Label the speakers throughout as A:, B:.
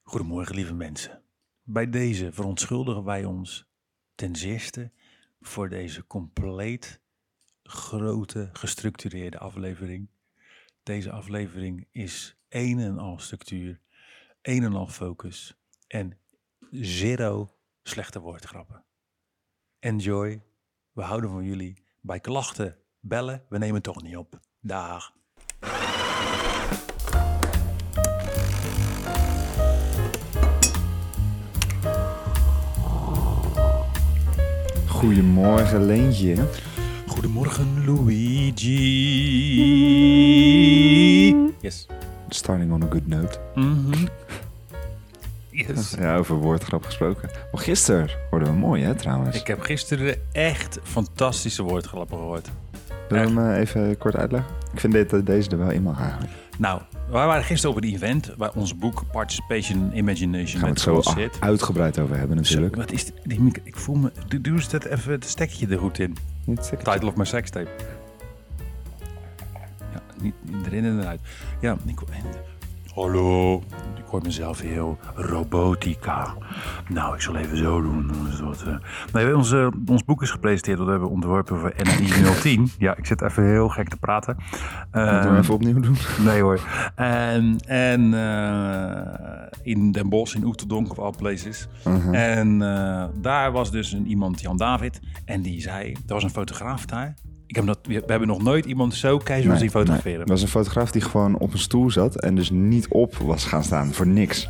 A: Goedemorgen, lieve mensen. Bij deze verontschuldigen wij ons ten zeerste voor deze compleet grote, gestructureerde aflevering. Deze aflevering is een en al structuur, een en al focus en zero slechte woordgrappen. Enjoy, we houden van jullie. Bij klachten bellen, we nemen toch niet op. Dag.
B: Goedemorgen Leentje.
A: Goedemorgen, Luigi. Yes.
B: Starting on a good note. Mhm.
A: Yes.
B: Ja, over woordgrap gesproken. Maar gisteren hoorden we mooi hè trouwens.
A: Ik heb gisteren echt fantastische woordgrappen gehoord.
B: Wil je hem eh, even kort uitleggen? Ik vind dit, eh, deze er wel in mag eigenlijk.
A: Nou, wij waren gisteren op een event waar ons boek Participation Imagination
B: Gaan we
A: met
B: het zo Ah,
A: ons
B: a-
A: zit.
B: uitgebreid over hebben natuurlijk.
A: Zo, wat is dit? die, mic- Ik voel me... Doe, doe eens dat even het stekje er goed in.
B: Niet zeker.
A: Title of my sex tape. Ja, niet niet erin en eruit. Ja, ik... en- Hallo. Ik hoor mezelf heel robotica. Nou, ik zal even zo doen. dan is dat, eh. Nee, wij- ons, eh, ons boek is gepresenteerd. Dat hebben we ontworpen voor NI 010. Ja, ik zit even heel gek te praten.
B: Moeten we
A: Ehm,
B: hem even opnieuw doen?
A: Nee hoor. En, en eh, in Den Bosch, in Oeteldonk of all places.
B: Mhm.
A: En eh, daar was dus een, iemand, Jan David, en die zei, er was een fotograaf daar. Ik heb dat, we we hebben nog nooit iemand zo keizer zien fotograferen.
B: Er was een fotograaf die gewoon op een stoel zat en dus niet op was gaan staan voor niks.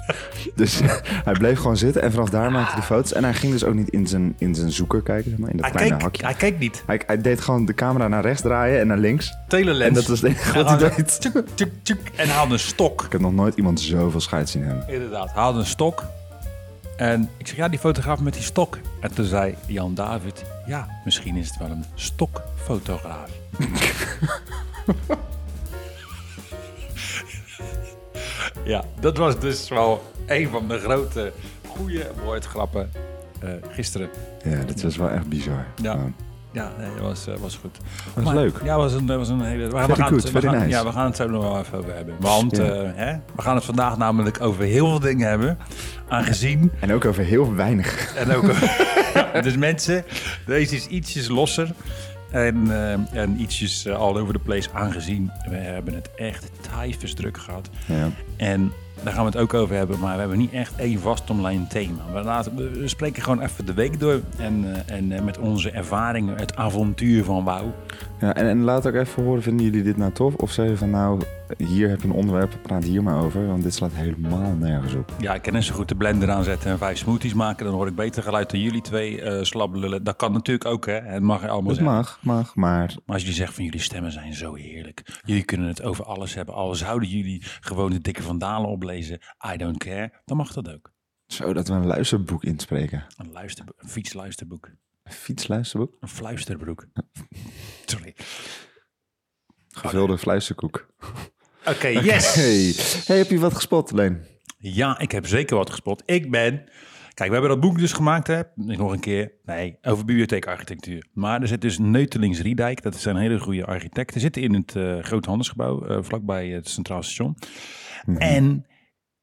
B: dus hij bleef gewoon zitten en vanaf daar maakte hij de foto's. En hij ging dus ook niet in zijn, in zijn zoeker kijken, zeg maar, in dat
A: Hij,
B: kleine
A: keek,
B: hakje.
A: hij keek niet.
B: Hij, hij deed gewoon de camera naar rechts draaien en naar links.
A: Telelens.
B: En dat was het enige wat hij deed.
A: Tjuk, tjuk, tjuk, en hij had een stok.
B: Ik heb nog nooit iemand zoveel scheid zien hebben.
A: Inderdaad, hij had een stok. En ik zeg, ja, die fotograaf met die stok. En toen zei Jan David, ja, misschien is het wel een stokfotograaf. ja, dat was dus wel een van de grote goede woordgrappen eh, gisteren.
B: Ja, dat was wel echt bizar.
A: Ja.
B: Gewoon.
A: Ja, nee, dat was, eh, was goed.
B: was leuk.
A: Ja, was een, dat was een hele... Maar
B: Very
A: we gaan,
B: good,
A: het, we,
B: very
A: gaan,
B: nice.
A: ja, we gaan het zo nog wel even over hebben. Want
B: Ja.
A: eh, hè, we gaan het vandaag namelijk over heel veel dingen hebben. Aangezien...
B: En ook over heel weinig.
A: En ook... Ja, dus mensen, deze is ietsjes losser. En, eh, en ietsjes eh, all over the place. Aangezien we hebben het echt tyfus druk gehad.
B: Ja.
A: En daar gaan we het ook over hebben, maar we hebben niet echt één vastomlijnd thema. We, laten, we- we spreken gewoon even de week door en, eh, en eh, met onze ervaringen, het avontuur van Wauw.
B: Ja, en, en laat ook even horen, vinden jullie dit nou tof? Of zeggen van nou, hier heb je een onderwerp, praat hier maar over. Want dit slaat helemaal nergens op.
A: Ja, ik kan net zo goed de blender aanzetten en vijf smoothies maken. Dan hoor ik beter geluid dan jullie twee eh slabbelullen. Dat kan natuurlijk ook, hè. Het mag er allemaal
B: Het
A: zijn.
B: mag, mag, maar
A: Maar als jullie zeggen van jullie stemmen zijn zo heerlijk. Jullie kunnen het over alles hebben. Al zouden jullie gewoon de dikke vandalen oplezen. I don't care. Dan mag dat ook.
B: zo dat we een luisterboek inspreken.
A: Een, luisterbo- een fietsluisterboek.
B: Een fietsluisterboek?
A: Een fluisterbroek. Sorry.
B: Gevulde fluisterkoek.
A: Oké, yes.
B: Hey. hey, heb je wat gespot, Leen?
A: Ja, ik heb zeker wat gespot. Ik ben. Kijk, we hebben dat boek dus gemaakt, hè? Nog een keer. Nee, over bibliotheekarchitectuur. Maar er zit dus Neutelings Riedijk. Dat zijn hele goede architecten. Zitten in het eh Groothandelsgebouw, eh, vlakbij het Centraal Station. En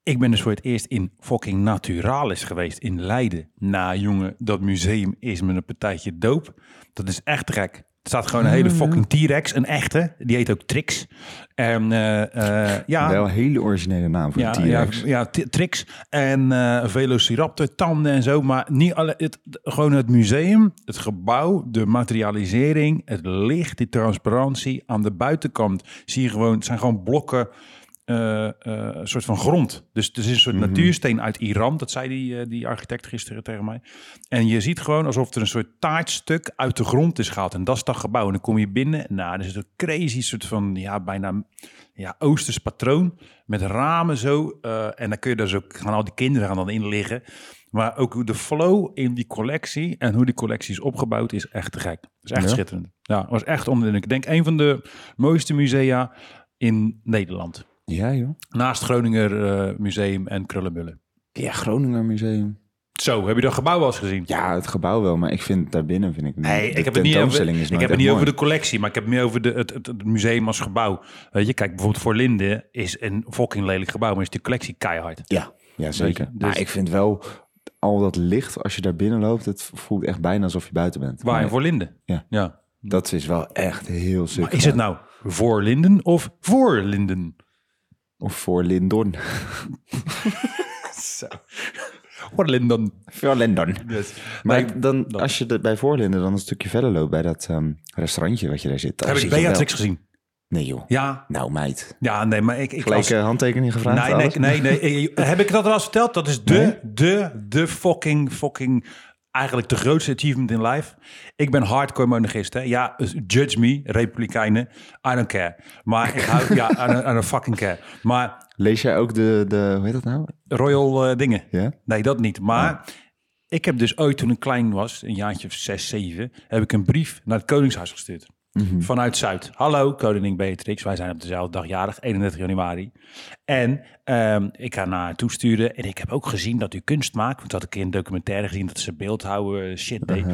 A: ik ben dus voor het eerst in fucking Naturalis geweest in Leiden. Nou, jongen, dat museum is me een partijtje doop. Dat is echt te gek. Er staat gewoon een hele fucking T-Rex, een echte. Die heet ook Trix. En eh, eh, ja,
B: Wel een hele originele naam voor
A: ja,
B: een T-Rex.
A: Ja, ja t- tricks en eh velociraptor, tanden en zo. Maar niet alle, het, gewoon het museum, het gebouw, de materialisering, het licht, die transparantie. Aan de buitenkant zie je gewoon, het zijn gewoon blokken, eh, eh, een soort van grond. Dus het is een soort
B: Mhm.
A: natuursteen uit Iran. Dat zei die, eh, die architect gisteren tegen mij. En je ziet gewoon alsof er een soort taartstuk uit de grond is gehaald. En dat is dat gebouw. En dan kom je binnen. Nou, er is een crazy soort van, ja, bijna ja, oosters patroon. Met ramen zo. eh, en dan kun je dus ook, gaan al die kinderen gaan dan in liggen. Maar ook hoe de flow in die collectie en hoe die collectie is opgebouwd is echt te gek. is echt
B: Ja?
A: schitterend. Ja, was echt onder. Ik denk een van de mooiste musea in Nederland.
B: Ja, joh.
A: Naast Groninger eh, Museum en Krullenbullen.
B: Ja, Groninger Museum.
A: Zo, heb je dat gebouw wel eens gezien?
B: Ja, het gebouw wel, maar ik vind daarbinnen vind ik niet.
A: Nee,
B: de
A: ik heb het niet, over,
B: tentoonstelling is
A: ik
B: nooit
A: heb het
B: echt
A: niet
B: mooi.
A: over de collectie, maar ik heb het meer over de, het, het, het museum als gebouw. Weet je, kijk, bijvoorbeeld voor Linde is een fucking lelijk gebouw, maar is de collectie keihard.
B: Ja. Ja, zeker.
A: Weet je, dus-
B: Maar ik vind wel al dat licht als je daar binnen loopt, het voelt echt bijna alsof je buiten bent.
A: Waar?
B: Maar
A: Voor Linden?
B: Ja.
A: ja.
B: Dat is wel echt heel sick.
A: Maar is het nou voor Linden of voor Linden?
B: Of voor Lindon.
A: Voor Linden.
B: Voor Lindon.
A: Yes.
B: Dus, Maar
A: Nee,
B: dan,
A: dat-
B: als je er bij Voorlinden dan een stukje verder loopt bij dat ehm, restaurantje wat je daar zit. dan
A: Heb ik
B: zit je
A: Beatrix
B: wel-
A: gezien?
B: Nee joh.
A: Ja.
B: Nou meid.
A: Ja, nee, maar ik... ik
B: Gelijk
A: las-
B: eh, handtekening gevraagd.
A: Nee, nee, nee,
B: alles?
A: nee, eh, Heb ik dat al eens verteld? Dat is de, de, de fucking, fucking, eigenlijk de grootste achievement in life. Ik ben hardcore monarchist, hè. Ja, dus judge me, republikeinen. I don't care. Maar ik hou, ja, I don't, I don't fucking care. Maar
B: Lees jij ook de, de hoe heet dat nou?
A: royal eh, dingen.
B: Ja?
A: Nee, dat niet. Maar ik heb dus ooit, toen ik klein was, een jaartje of zes, zeven, heb ik een brief naar het Koningshuis gestuurd. Vanuit Zuid. Hallo, koningin Beatrix. Wij zijn op dezelfde dag jarig, 31 januari. En ehm, ik ga naar haar toesturen. En ik heb ook gezien dat u kunst maakt. Want dat had ik in een documentaire gezien dat ze beeldhouden eh, shit deed.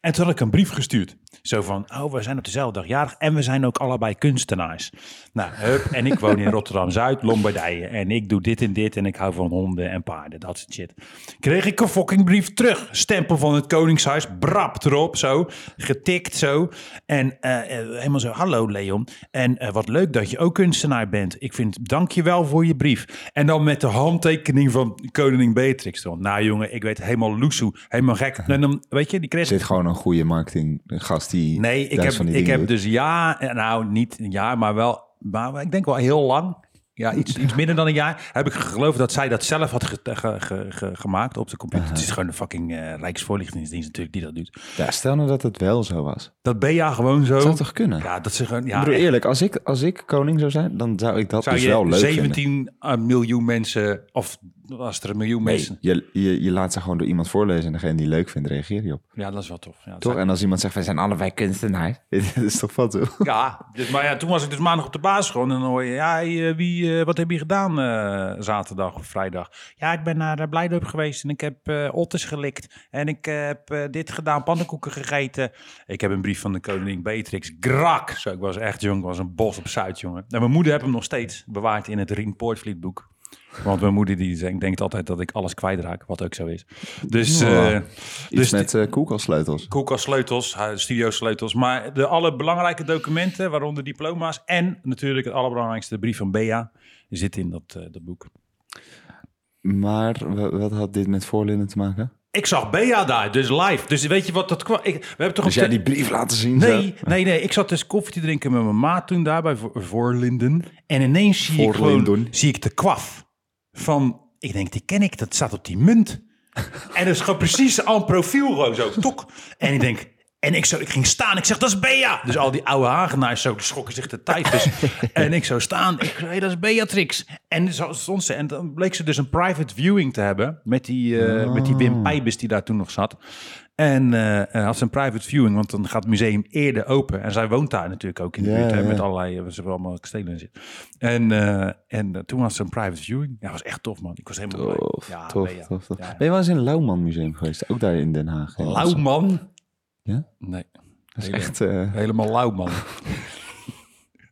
A: En toen had ik een brief gestuurd. Zo van, oh, we zijn op dezelfde dag jarig. En we zijn ook allebei kunstenaars. Nou, hup. En ik woon in Rotterdam-Zuid, Lombardije. En ik doe dit en dit. En ik hou van honden en paarden. Dat soort shit. Kreeg ik een fucking brief terug. Stempel van het Koningshuis. Brap erop, zo. Getikt, zo. En eh, eh, helemaal zo, hallo Leon. En eh, wat leuk dat je ook kunstenaar bent. Ik vind, dank je wel voor je brief. En dan met de handtekening van koningin Beatrix. Dan. Nou jongen, ik weet helemaal loesoe. Helemaal gek. En dan, weet je, die kreeg
B: Er zit gewoon een goede marketinggast die
A: Nee, ik
B: thuis
A: heb,
B: van die
A: ik
B: dingen
A: heb
B: doet.
A: dus ja, eh, nou niet een jaar, maar wel, maar ik denk wel heel lang. Ja, iets, iets minder dan een jaar. Heb ik geloofd dat zij dat zelf had ge- ge- ge- ge- gemaakt op de computer. Het is gewoon de fucking eh, Rijksvoorlichtingsdienst natuurlijk die dat doet.
B: Ja, stel nou dat het wel zo was.
A: Dat BA gewoon zo.
B: Zou toch kunnen?
A: Ja, dat ze gewoon.
B: ik
A: Ja,
B: bedoel,
A: echt,
B: eerlijk, als ik, als ik koning zou zijn, dan zou ik dat
A: zou
B: dus wel
A: je
B: leuk
A: 17 miljoen mensen, of als er een miljoen mensen.
B: vinden. Je, je, je laat ze gewoon door iemand voorlezen en degene die leuk vindt, reageer je op.
A: Ja, dat is wel tof. Ja, dat
B: Toch? En als iemand zegt, wij zijn allebei kunstenaar. Dit is toch wat, hoor?
A: Ja, dus, maar ja, toen was ik dus maandag op de baas gewoon. En dan hoor je, ja, hey, eh, wie, eh, wat heb je gedaan eh, zaterdag of vrijdag? Ja, ik ben naar eh, Blijdorp geweest en ik heb eh otters gelikt. En ik eh, heb eh, dit gedaan, pannenkoeken gegeten. Ik heb een brief van de koningin Beatrix. Grak! Zo, ik was echt jong, ik was een bos op Zuid, jongen. En mijn moeder heeft hem nog steeds bewaard in het Rien Poortvlietboek. Want mijn moeder die zegt- denkt altijd dat ik alles kwijtraak, wat ook zo is. Dus,
B: Ja.
A: eh,
B: Iets
A: dus
B: met eh koelkastsleutels.
A: koelkastsleutels, eh, studiosleutels. Maar de allerbelangrijke documenten, waaronder diploma's. En natuurlijk het allerbelangrijkste, de brief van Bea. Die zit in dat, eh, dat boek.
B: Maar wa- wat had dit met voorlinnen te maken?
A: Ik zag Bea daar, dus live. Dus weet je wat dat kwam? Ik, we hebben toch
B: Dus
A: een
B: jij die brief laten zien? zo?
A: Nee, nee, nee. Ik zat dus koffie te drinken met mijn maat toen daar bij Vo- Voorlinden. En ineens zie ik, gewoon,
B: Voorlinden.
A: zie ik de kwaf van... Ik denk, die ken ik. Dat staat op die munt. en dat is gewoon precies aan profiel gewoon zo. Tok. En ik denk... En ik, zo, ik ging staan. Ik zeg, dat is Bea. Dus al die oude hagenaars zo, die schrokken zich de tijfers. en ik zo staan. Ik zei, dat is Beatrix. En zo stond ze. En dan bleek ze dus een private viewing te hebben. Met die, eh, met die
B: Ah.
A: Wim Pijbus die daar toen nog zat. en eh, eh, had ze een private viewing, want dan gaat het museum eerder open. En zij woont daar natuurlijk ook in de
B: Ja,
A: buurt, hè,
B: ja.
A: met allerlei, eh, ze hebben allemaal kastelen en zit. En, eh, en eh, toen had ze een private viewing. Ja, was echt tof, man. Ik was helemaal
B: Tof,
A: blij. Ja,
B: tof,
A: nee, ja.
B: tof, tof.
A: Ja, ja.
B: Ben je wel eens in het Lauwman Museum geweest? Ook daar in Den Haag. hè?
A: Lauw man?
B: Ja?
A: Nee,
B: Dat is echt... eh,
A: helemaal lauw man.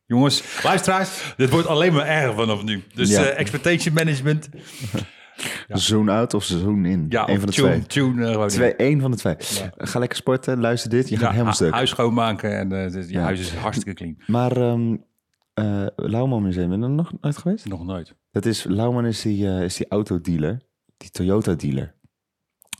A: Jongens, luisteraars, dit wordt alleen maar erger vanaf nu. Dus
B: Ja.
A: eh, expectation management.
B: Zoen uit of zoen in.
A: Ja,
B: Eén
A: of
B: van de
A: tune,
B: twee.
A: tune eh, gewoon in.
B: Twee, één van de twee. Ga lekker sporten, luister dit, je gaat
A: Ja, ah,
B: helemaal
A: hu-
B: stuk.
A: huis schoonmaken en eh, dus je huis is hartstikke clean.
B: Maar ehm eh Lauwman Museum, ben je er nog nooit geweest?
A: Nog nooit.
B: Dat is, Lauwman is die, eh, is die autodealer, die Toyota dealer.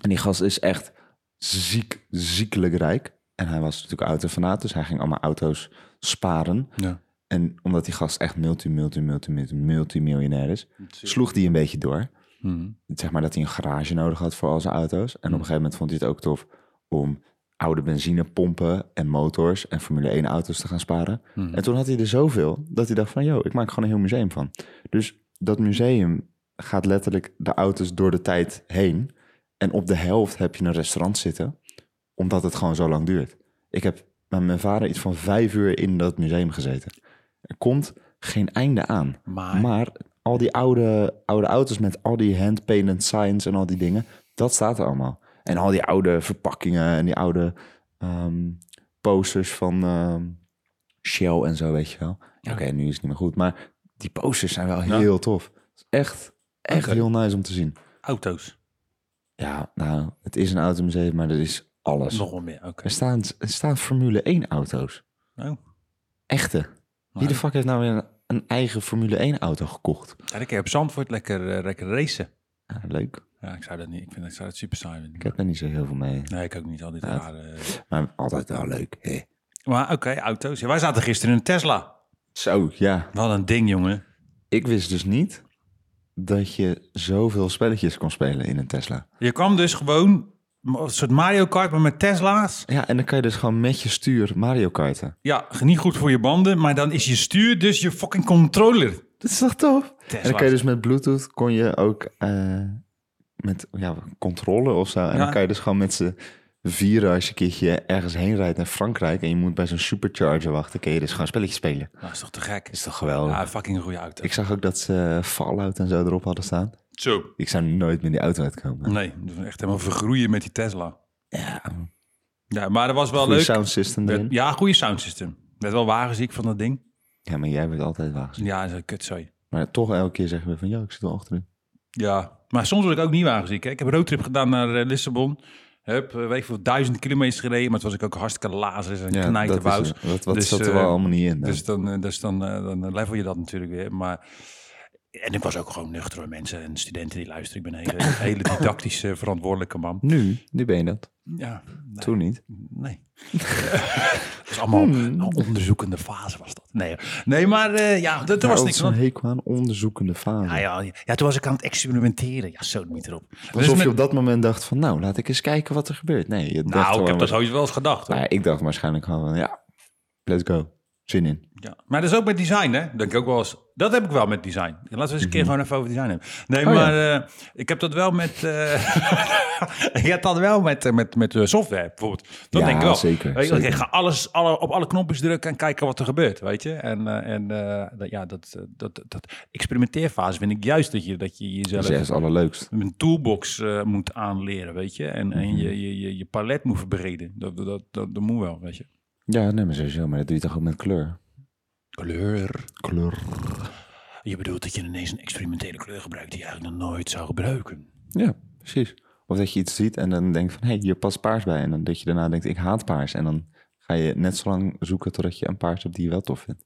B: En die gast is echt ziek, ziekelijk rijk. En hij was natuurlijk autofanaat, dus hij ging allemaal auto's sparen.
A: Ja.
B: En omdat die gast echt multi, multi, multi, multi, multimiljonair is, sloeg die een beetje door.
A: Mhm.
B: zeg maar dat hij een garage nodig had voor al zijn auto's. En op een gegeven moment vond hij het ook tof om oude benzinepompen en motors en Formule 1 auto's te gaan sparen.
A: Mhm.
B: En toen had hij er zoveel dat hij dacht van, yo, ik maak er gewoon een heel museum van. Dus dat museum gaat letterlijk de auto's door de tijd heen. En op de helft heb je een restaurant zitten, omdat het gewoon zo lang duurt. Ik heb met mijn vader iets van vijf uur in dat museum gezeten. Er komt geen einde aan.
A: Maar-
B: maar al die oude, oude auto's met al die hand-painted signs en al die dingen, dat staat er allemaal. En al die oude verpakkingen en die oude ehm, posters van ehm, Shell en zo, weet je wel. Ja, Oké, nu is het niet meer goed, maar die posters zijn wel heel tof. Echt, echt heel nice om te zien.
A: auto's.
B: Ja, nou, het is een automuseum, maar er is alles.
A: Nog wel meer, oké.
B: Er, staan, er staan Formule 1 auto's.
A: Nou,
B: Echte. Wie de
A: nou,
B: fuck heeft nou weer een, een eigen Formule 1 auto gekocht?
A: ja, dan kun je op Zandvoort lekker, eh, lekker racen.
B: Ja, leuk.
A: Ja, ik zou dat niet. Ik, vind, ik zou dat super saai vinden.
B: Ik heb er niet zo heel veel mee.
A: Nee, ik ook niet. Al dit
B: Ja.
A: rare...
B: Maar altijd wel leuk. hè.
A: Maar oké, auto's. Ja, wij zaten gisteren in een Tesla.
B: Zo, ja.
A: Wat een ding, jongen.
B: Ik wist dus niet dat je zoveel spelletjes kon spelen in een Tesla.
A: Je kwam dus gewoon een soort Mario Kart, maar met Tesla's.
B: Ja, en dan kan je dus gewoon met je stuur Mario Karten.
A: Ja, niet goed voor je banden, maar dan is je stuur dus je fucking controller.
B: Dat is toch tof? En dan
A: Tesla's.
B: kan je dus met Bluetooth kon je ook eh, met ja, controle of zo. En
A: Ja.
B: dan kan je dus gewoon met z'n vieren als je een keertje ergens heen rijdt naar Frankrijk... en je moet bij zo'n supercharger wachten, kun je dus gewoon spelletjes spelen.
A: Nou, is toch te gek?
B: is toch geweldig?
A: Ja, fucking een goede auto.
B: Ik zag ook dat ze Fallout en zo erop hadden staan.
A: Zo.
B: Ik zou nooit meer in die auto uitkomen.
A: Nee, dus echt helemaal vergroeien met die Tesla.
B: Ja,
A: Ja, maar dat was wel
B: goede
A: leuk.
B: sound system
A: Werd-
B: erin. Ja.
A: ja, goede soundsystem. Werd wel wagenziek van dat ding.
B: maar jij wordt altijd wagenziek.
A: Ja, dat is een kutzooi.
B: Maar toch elke keer zeggen we van, ja, ik zit wel achterin.
A: Ja, maar soms word ik ook niet wagenziek. Hè? Ik heb een roadtrip gedaan naar eh, Lissabon. Heb, eh, weet ik veel, duizend kilometers gereden. Maar toen was ik ook hartstikke lazers en
B: Ja,
A: knijt
B: dat, is, dat, dat
A: Dus,
B: zat er
A: eh,
B: wel allemaal niet in.
A: Dus, dan, eh, dus dan, eh, dan level je dat natuurlijk weer. Maar, en ik was ook gewoon nuchter hoor, mensen en studenten die luisteren. Ik ben een hele, hele didactische, verantwoordelijke man.
B: nu, nu ben je dat.
A: Ja, nee.
B: Toen Hmm. niet.
A: Nee. Het was allemaal een onderzoekende fase was dat. Nee, hoor. nee maar eh, ja, dat- toen was
B: Ja,
A: niks.
B: Zo'n
A: aan-
B: hekel aan onderzoekende fase.
A: Ja, ja, ja, toen was ik aan het experimenteren. Ja, zo niet erop. Dus
B: Alsof
A: met-
B: je op dat moment dacht van, nou, laat ik eens kijken wat er gebeurt. Nee, je dacht
A: Nou, ik
B: gewoon
A: heb dat
B: waarsch-
A: ooit wel eens gedacht. hoor.
B: Nou ja, ik dacht waarschijnlijk gewoon van, ja, let's go. Zin in.
A: Ja. Maar dat is ook met design, hè? Denk ik ook wel eens. Dat heb ik wel met design. Laten we eens een keer gewoon even over design hebben. Nee,
B: Oh, ja.
A: maar eh, ik heb dat wel met. eh ik heb dat wel met, eh, met, met eh, software bijvoorbeeld. Dat
B: Ja,
A: denk ik wel.
B: zeker,
A: Weet je, oké,
B: zeker.
A: ga alles alle, op alle knopjes drukken en kijken wat er gebeurt, weet je? En, eh, en eh, dat, ja, dat, eh, dat, dat, dat experimenteerfase vind ik juist dat je, dat je
B: Dat
A: jezelf
B: is echt het allerleukst.
A: een toolbox eh, moet aanleren, weet je? En, en je, je, je, je palet moet verbreden. Dat, dat, dat, dat, dat moet wel, weet je?
B: Ja, nee, maar sowieso. Maar dat doe je toch ook met kleur?
A: Kleur.
B: Kleur.
A: Je bedoelt dat je ineens een experimentele kleur gebruikt die je eigenlijk nog nooit zou gebruiken.
B: Ja, precies. Of dat je iets ziet en dan denkt van, hé, hey, hier past paars bij. En dan dat je daarna denkt, ik haat paars. En dan ga je net zo lang zoeken totdat je een paars hebt die je wel tof vindt.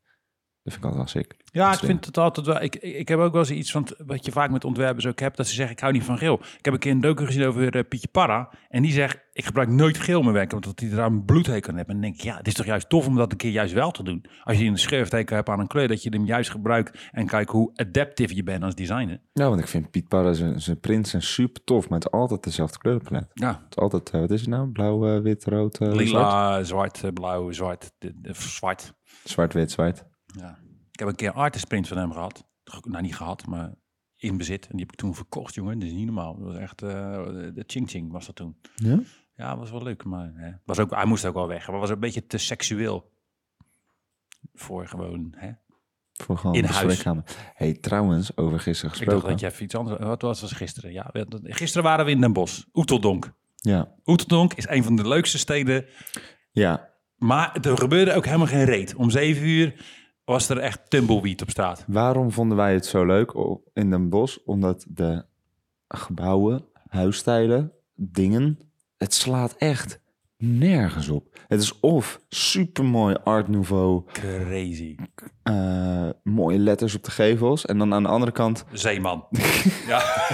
B: Dat vind ik altijd wel sick.
A: Ja, ik
B: Slim.
A: vind het altijd wel. Ik, ik, ik heb ook wel eens iets van wat je vaak met ontwerpers ook hebt, dat ze zeggen: ik hou niet van geel. Ik heb een keer een docu gezien over eh, Pietje Parra. En die zegt: ik gebruik nooit geel in mijn werk, omdat hij daar een bloedhekel aan heeft. En dan denk ik: ja, het is toch juist tof om dat een keer juist wel te doen. Als je een schurftekel hebt aan een kleur, dat je hem juist gebruikt en kijk hoe adaptief je bent als designer.
B: Ja, want ik vind Piet Parra zijn, zijn prints zijn super tof, maar het is altijd dezelfde kleurenpalet.
A: Ja,
B: Het is altijd, eh, wat is het nou? Blauw, eh, wit, rood, eh, zwart?
A: lila, zwart, eh, blauw, zwart, de- de- zwart.
B: Zwart, wit, zwart.
A: Ja. Ik heb een keer een artist print van hem gehad. Ge- Nou, niet gehad, maar in bezit. En die heb ik toen verkocht, jongen. Dat is niet normaal. Dat was echt... eh, de Ching Ching was dat toen.
B: Ja?
A: Ja, was wel leuk, maar... Hè. Was ook, hij moest ook wel weg. Maar was een beetje te seksueel. Voor gewoon, hè.
B: Voor gewoon
A: In
B: de
A: huis.
B: spreekkamer. hey, trouwens, over gisteren
A: Ik dacht
B: gesproken.
A: dat je even iets anders... Wat was, was gisteren? Ja, we- dat- gisteren waren we in Den Bosch. Oeteldonk.
B: Ja.
A: Oeteldonk is een van de leukste steden.
B: ja,
A: Maar er gebeurde ook helemaal geen reet. Om zeven uur was er echt tumbleweed op straat.
B: waarom vonden wij het zo leuk o- in Den Bosch? Omdat de gebouwen, huisstijlen, dingen, het slaat echt nergens op. Het is of supermooi art nouveau,
A: Crazy.
B: eh, mooie letters op de gevels. En dan aan de andere kant,
A: Zeeman. ja.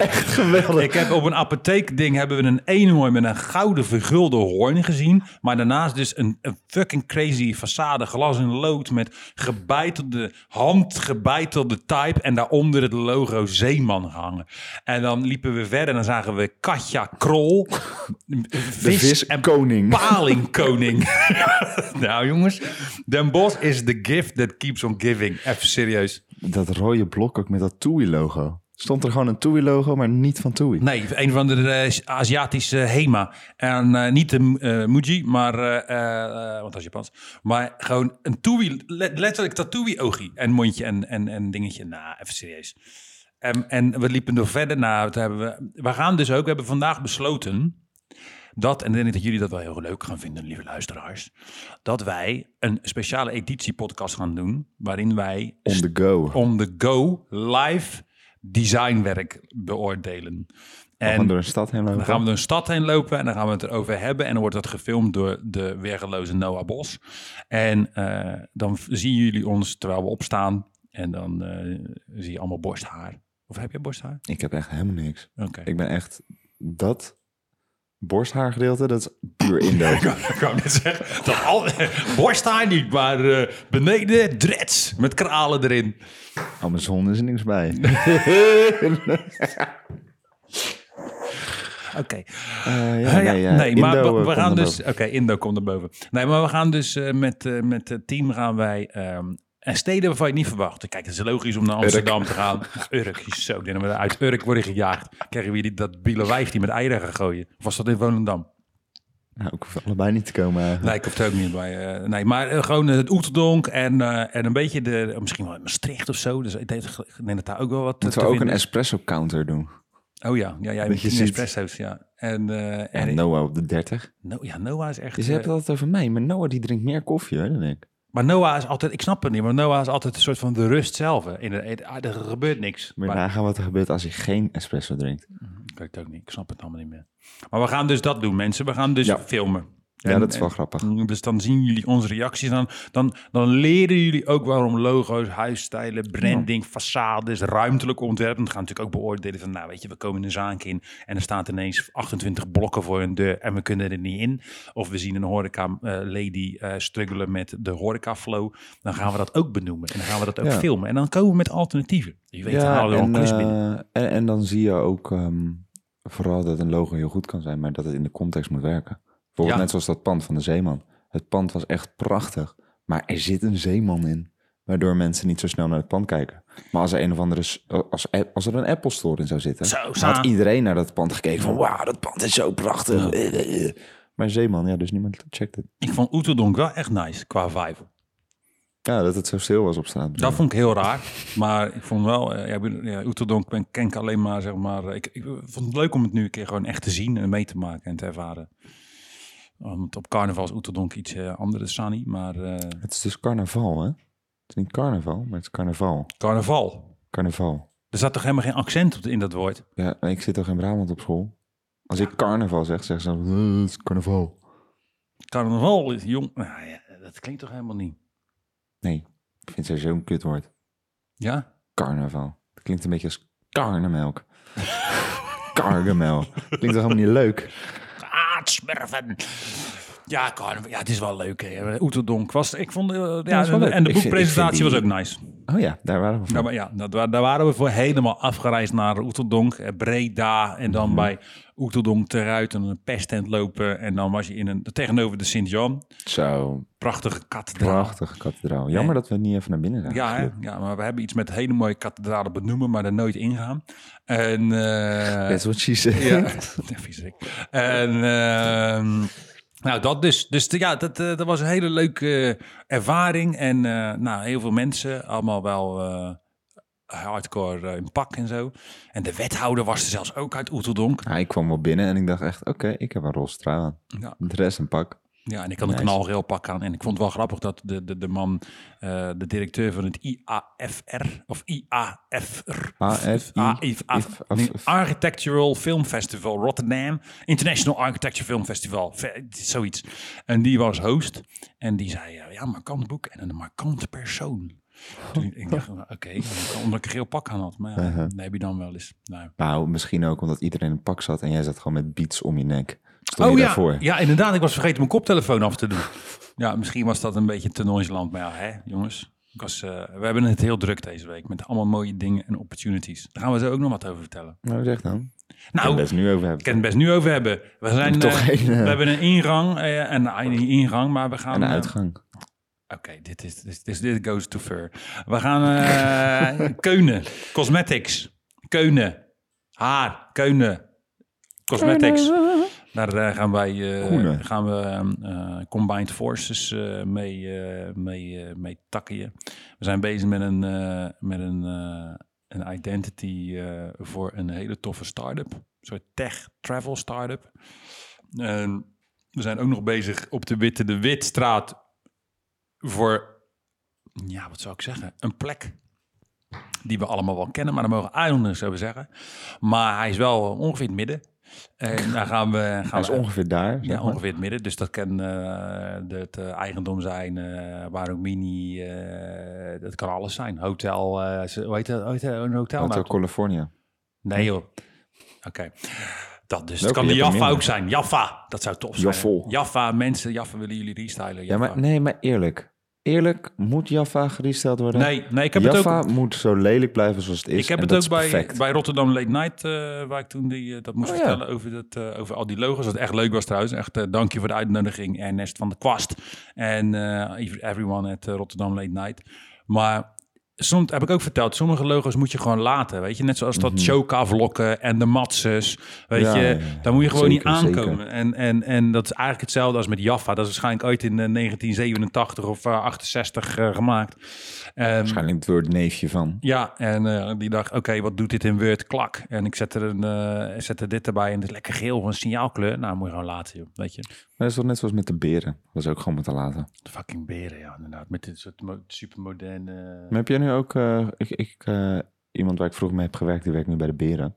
B: echt geweldig.
A: Ik heb op een apotheekding hebben we een eenhoorn met een gouden vergulde hoorn gezien. Maar daarnaast dus een, een fucking crazy façade, glas en lood met gebeitelde, handgebeitelde type. En daaronder het logo Zeeman gehangen. En dan liepen we verder en dan zagen we Katja Krol,
B: de
A: vis, en
B: viskoning.
A: palingkoning. nou jongens, Den Bosch is the gift that keeps on giving. Even serieus.
B: Dat rode blok ook met dat TUI-logo. Stond er gewoon een TUI-logo, maar niet van TUI.
A: Nee, een van de eh, Aziatische Hema. En eh, niet de eh, Muji, maar, eh, eh, eh, want dat is Japans. Maar gewoon een toei, le- letterlijk dat toei-oogie. En mondje en, en, en dingetje. Nou, even serieus. En, en we liepen door verder. Nou, toen hebben we, we gaan dus ook, we hebben vandaag besloten dat, en ik denk dat jullie dat wel heel leuk gaan vinden, lieve luisteraars, dat wij een speciale editie podcast gaan doen, waarin wij
B: On the go.
A: on the go live designwerk beoordelen.
B: En gaan we door een stad heen
A: dan
B: lopen.
A: gaan we door een stad heen lopen en dan gaan we het erover hebben. En dan wordt dat gefilmd door de weergeloze Noah Bos. En eh, dan v- zien jullie ons terwijl we opstaan. En dan eh, zie je allemaal borsthaar. Of heb je borsthaar?
B: Ik heb echt helemaal niks.
A: Oké.
B: Ik ben echt dat borsthaargedeelte, dat is puur indo.
A: Ik wou- ik wou net zeggen, dat al, borsthaar niet, maar eh, beneden dreads met kralen erin.
B: Amazon Oh, is er niks bij. Eh,
A: Oké,
B: Eh, ja,
A: Ja, ja,
B: nee, ja,
A: nee, maar
B: Indo,
A: we,
B: eh,
A: we
B: komt
A: gaan
B: dan
A: dus...
B: ook.
A: Oké, Indo komt erboven. Nee, maar we gaan dus eh, met, eh, met het team gaan wij... ehm, en steden waarvan je het niet verwacht. Kijk, het is logisch om naar Amsterdam te gaan. Urk, zo. dan we Uit Urk worden gejaagd. Krijgen we hier die, dat bielenwijf die met eieren gaat gooien. Of was dat in Volendam?
B: Nou, ik hoef allebei niet te komen. eigenlijk.
A: Nee, ik hoef het ook niet bij. eh, nee, maar eh, gewoon het Oeteldonk en, eh, en een beetje de... Misschien wel Maastricht of zo. Dus ik denk ik denk dat daar ook wel wat dus- te
B: Moeten we ook een
A: vinden is.
B: espresso counter doen?
A: Oh ja, ja jij met
B: Beetje
A: tien
B: ziet.
A: espresso's, ja. En, eh,
B: En
A: en
B: Noah op de 30.
A: No- ja, Noah is echt...
B: Dus
A: eh,
B: je hebt het altijd over mij, maar Noah die drinkt meer koffie hoor, dan ik.
A: Maar Noah is altijd, ik snap het niet, maar Noah is altijd een soort van de rust zelf. hè. In de, in- ah, er gebeurt niks.
B: Maar
A: Maar,
B: nagaan wat er gebeurt als hij geen espresso drinkt.
A: ik weet het ook niet, ik snap het allemaal niet meer. Maar we gaan dus dat doen, mensen. We gaan dus
B: Ja.
A: filmen.
B: Ja,
A: En-
B: dat is wel
A: en-
B: grappig.
A: Dus dan zien jullie onze reacties. Dan, dan, dan leren jullie ook waarom logo's, huisstijlen, branding, façades, ruimtelijk ontwerp. En we gaan natuurlijk ook beoordelen van, nou weet je, we komen een zaak in en er staan ineens 28 blokken voor een deur en we kunnen er niet in. Of we zien een horeca eh, lady eh, struggelen met de horeca flow. Dan gaan we dat ook benoemen en dan gaan we dat ook
B: Ja.
A: filmen. En dan komen we met alternatieven. Je weet, dan halen we er al
B: en,
A: een klus binnen.
B: eh, en, en dan zie je ook ehm, vooral dat een logo heel goed kan zijn, maar dat het in de context moet werken. Bijvoorbeeld
A: Ja.
B: net zoals dat pand van de zeeman. Het pand was echt prachtig, maar er zit een zeeman in. Waardoor mensen niet zo snel naar het pand kijken. Maar als er een of andere. s- Als, als er een Apple Store in zou zitten.
A: Zo,
B: dan
A: sa-
B: had iedereen naar dat pand gekeken. Van wauw, dat pand is zo prachtig. Eh, eh, eh. Maar zeeman, ja, dus niemand checkt het.
A: Ik vond Oeteldonk wel echt nice qua vibe.
B: Ja, dat het zo stil was op straat.
A: Dat vond ik heel raar. Maar ik vond wel, eh, ja, ik ben- ja, Oeteldonk ben, ken ik alleen maar, zeg maar. eh, Ik, ik vond het leuk om het nu een keer gewoon echt te zien en mee te maken en te ervaren. Want op carnaval is Oeteldonk iets eh, anders, Sani. Maar eh,
B: Het is dus carnaval, hè? Het is niet carnaval, maar het is carnaval.
A: carnaval.
B: Carnaval.
A: Er zat toch helemaal geen accent op- in dat woord?
B: Ja, maar ik zit toch in Brabant op school? Als ik carnaval zeg, zeggen ze dan, "Eh, het is carnaval.
A: Carnaval is jong. Nou ja, dat klinkt toch helemaal niet?
B: Nee, ik vind het zo'n kutwoord.
A: Ja?
B: Carnaval. Het klinkt een beetje als karnemelk. Kargemel. Klinkt toch helemaal niet leuk?
A: Ah, het smurfen. Ja, carnaval. Ja, het is wel leuk. hè. Oeteldonk was... Ik vond... eh,
B: dat
A: ja,
B: is wel leuk.
A: en de
B: Ik vind- ik
A: boekpresentatie
B: vind
A: was
B: die-
A: ook nice.
B: Oh ja, daar waren
A: Ja,
B: we van.
A: Nou, maar ja, dat, wa- daar waren we voor helemaal afgereisd naar Oeteldonk, eh, Breda en dan bij Oeteldonk teruit en een pesttent lopen. En dan was je in een, tegenover de Sint-Jan,
B: Zo,
A: prachtige kathedraal.
B: prachtige kathedraal. Jammer dat we niet even naar binnen zijn.
A: Ja, hè? ja, maar we hebben iets met hele mooie kathedralen benoemen, maar er nooit ingaan. En, eh
B: That's what she said.
A: ja, viezerik. En, ehm, nou, dat dus. Dus de- ja, dat, eh, dat was een hele leuke eh, ervaring. En eh, nou, heel veel mensen, allemaal wel eh, hardcore eh, in pak en zo. En de wethouder was er zelfs ook uit Oeteldonk.
B: Ja, ik kwam wel binnen en ik dacht echt, oké, ik heb een roze trui aan.
A: Ja.
B: De rest een pak.
A: Ja, en ik had een
B: Nice.
A: knalgeel pak aan. En ik vond het wel grappig dat de, de, de man, eh, de directeur van het IAFR, of IAFR,
B: AFI. If-
A: Ah, Nee,
B: af-
A: Architectural Film Festival Rotterdam. International Architecture Film Festival. Ve- Zoiets. En die was host. En die zei, eh, ja, markant boek en een markante persoon. Toen ik dacht, nou, oké, omdat ik een geel pak aan had. Maar ja,
B: Uh-huh.
A: dat heb je dan wel eens. Nou.
B: Nou, misschien ook omdat iedereen in een pak zat en jij zat gewoon met beats om je nek. Stond je
A: Oh ja,
B: daarvoor?
A: ja, inderdaad. Ik was vergeten mijn koptelefoon af te doen. Ja, misschien was dat een beetje te land. Maar ja, hè, jongens. Ik was, eh, we hebben het heel druk deze week met allemaal mooie dingen en opportunities. Daar gaan we zo ook nog wat over vertellen.
B: Nou, zeg dan.
A: Nou,
B: best nu over hebben.
A: Ik kan het best nu over hebben. We, zijn,
B: Moet toch
A: eh,
B: geen, eh,
A: we hebben een ingang eh, en nou, niet ingang, maar we gaan.
B: Aan de
A: eh,
B: uitgang.
A: Oké, dit is dit, is- dit goes too far. We gaan eh, Keunen, cosmetics, Keunen, haar, Keunen, cosmetics. Daar eh, gaan wij eh,
B: Koenen.
A: gaan we eh, combined forces eh, mee, eh, mee, eh, mee takkelen. We zijn bezig met een eh, met een eh, een identity eh, voor een hele toffe start-up. Een soort tech travel start-up. En we zijn ook nog bezig op de Witte de Witstraat voor, ja, wat zou ik zeggen, een plek. Die we allemaal wel kennen, maar dat mogen Islanders zo zeggen. Maar hij is wel ongeveer het midden. En daar gaan we...
B: Hij
A: Gaan
B: is
A: we-
B: ongeveer daar. zeg
A: ja,
B: maar.
A: ongeveer het midden. Dus dat kan eh, het eh, eigendom zijn, eh, waar ook mini, eh, dat kan alles zijn. Hotel, eh, ze- hoe heet dat? Hoe heet dat? Een hotel?
B: Hotel
A: nou,
B: California.
A: nee joh. Oké. Dat dus. Het
B: Welke?
A: kan de
B: Je hebt
A: Jaffa
B: er
A: ook
B: minder.
A: zijn. Jaffa, dat zou top zijn.
B: Jaffel.
A: Jaffa, mensen, Jaffa willen jullie restylen.
B: Ja,
A: Jaffa.
B: maar nee, maar eerlijk. Eerlijk moet Jaffa geresteld worden.
A: nee, nee, ik heb het ook...
B: Jaffa moet zo lelijk blijven zoals het is.
A: Ik heb
B: en
A: het
B: dat
A: ook
B: is
A: bij,
B: perfect.
A: bij Rotterdam Late Night, eh, waar ik toen die, eh, dat moest
B: Oh, ja.
A: vertellen over, dat, eh, over al die logos. Wat echt leuk was trouwens. Echt eh, dank je voor de uitnodiging, Ernest van de Kwast. En eh, everyone at eh, Rotterdam Late Night. Maar soms heb ik ook verteld, sommige logos moet je gewoon laten. Weet je, net zoals dat Choka-vlokken en de Matses. Weet
B: Mhm. Ja,
A: je,
B: ja, ja.
A: daar moet je gewoon
B: Zeker,
A: niet
B: zeker.
A: aankomen. En, en, en dat is eigenlijk hetzelfde als met Jaffa. Dat is waarschijnlijk ooit in eh, 1987 of eh, 68 eh, gemaakt. Ehm,
B: Waarschijnlijk het woord neefje van.
A: ja, en eh, die dacht, oké, wat doet dit in Word? Klak. En ik zette, een, eh, zette dit erbij en het is lekker geel van signaalkleur. Nou, moet je gewoon laten, joh. weet je.
B: Maar dat is toch net zoals met de beren. Dat is ook gewoon met te laten.
A: De fucking beren, ja, inderdaad. Met dit soort mo- supermoderne...
B: Maar heb jij nu ook... eh, ik, ik, eh, iemand waar ik vroeger mee heb gewerkt, die werkt nu bij de beren.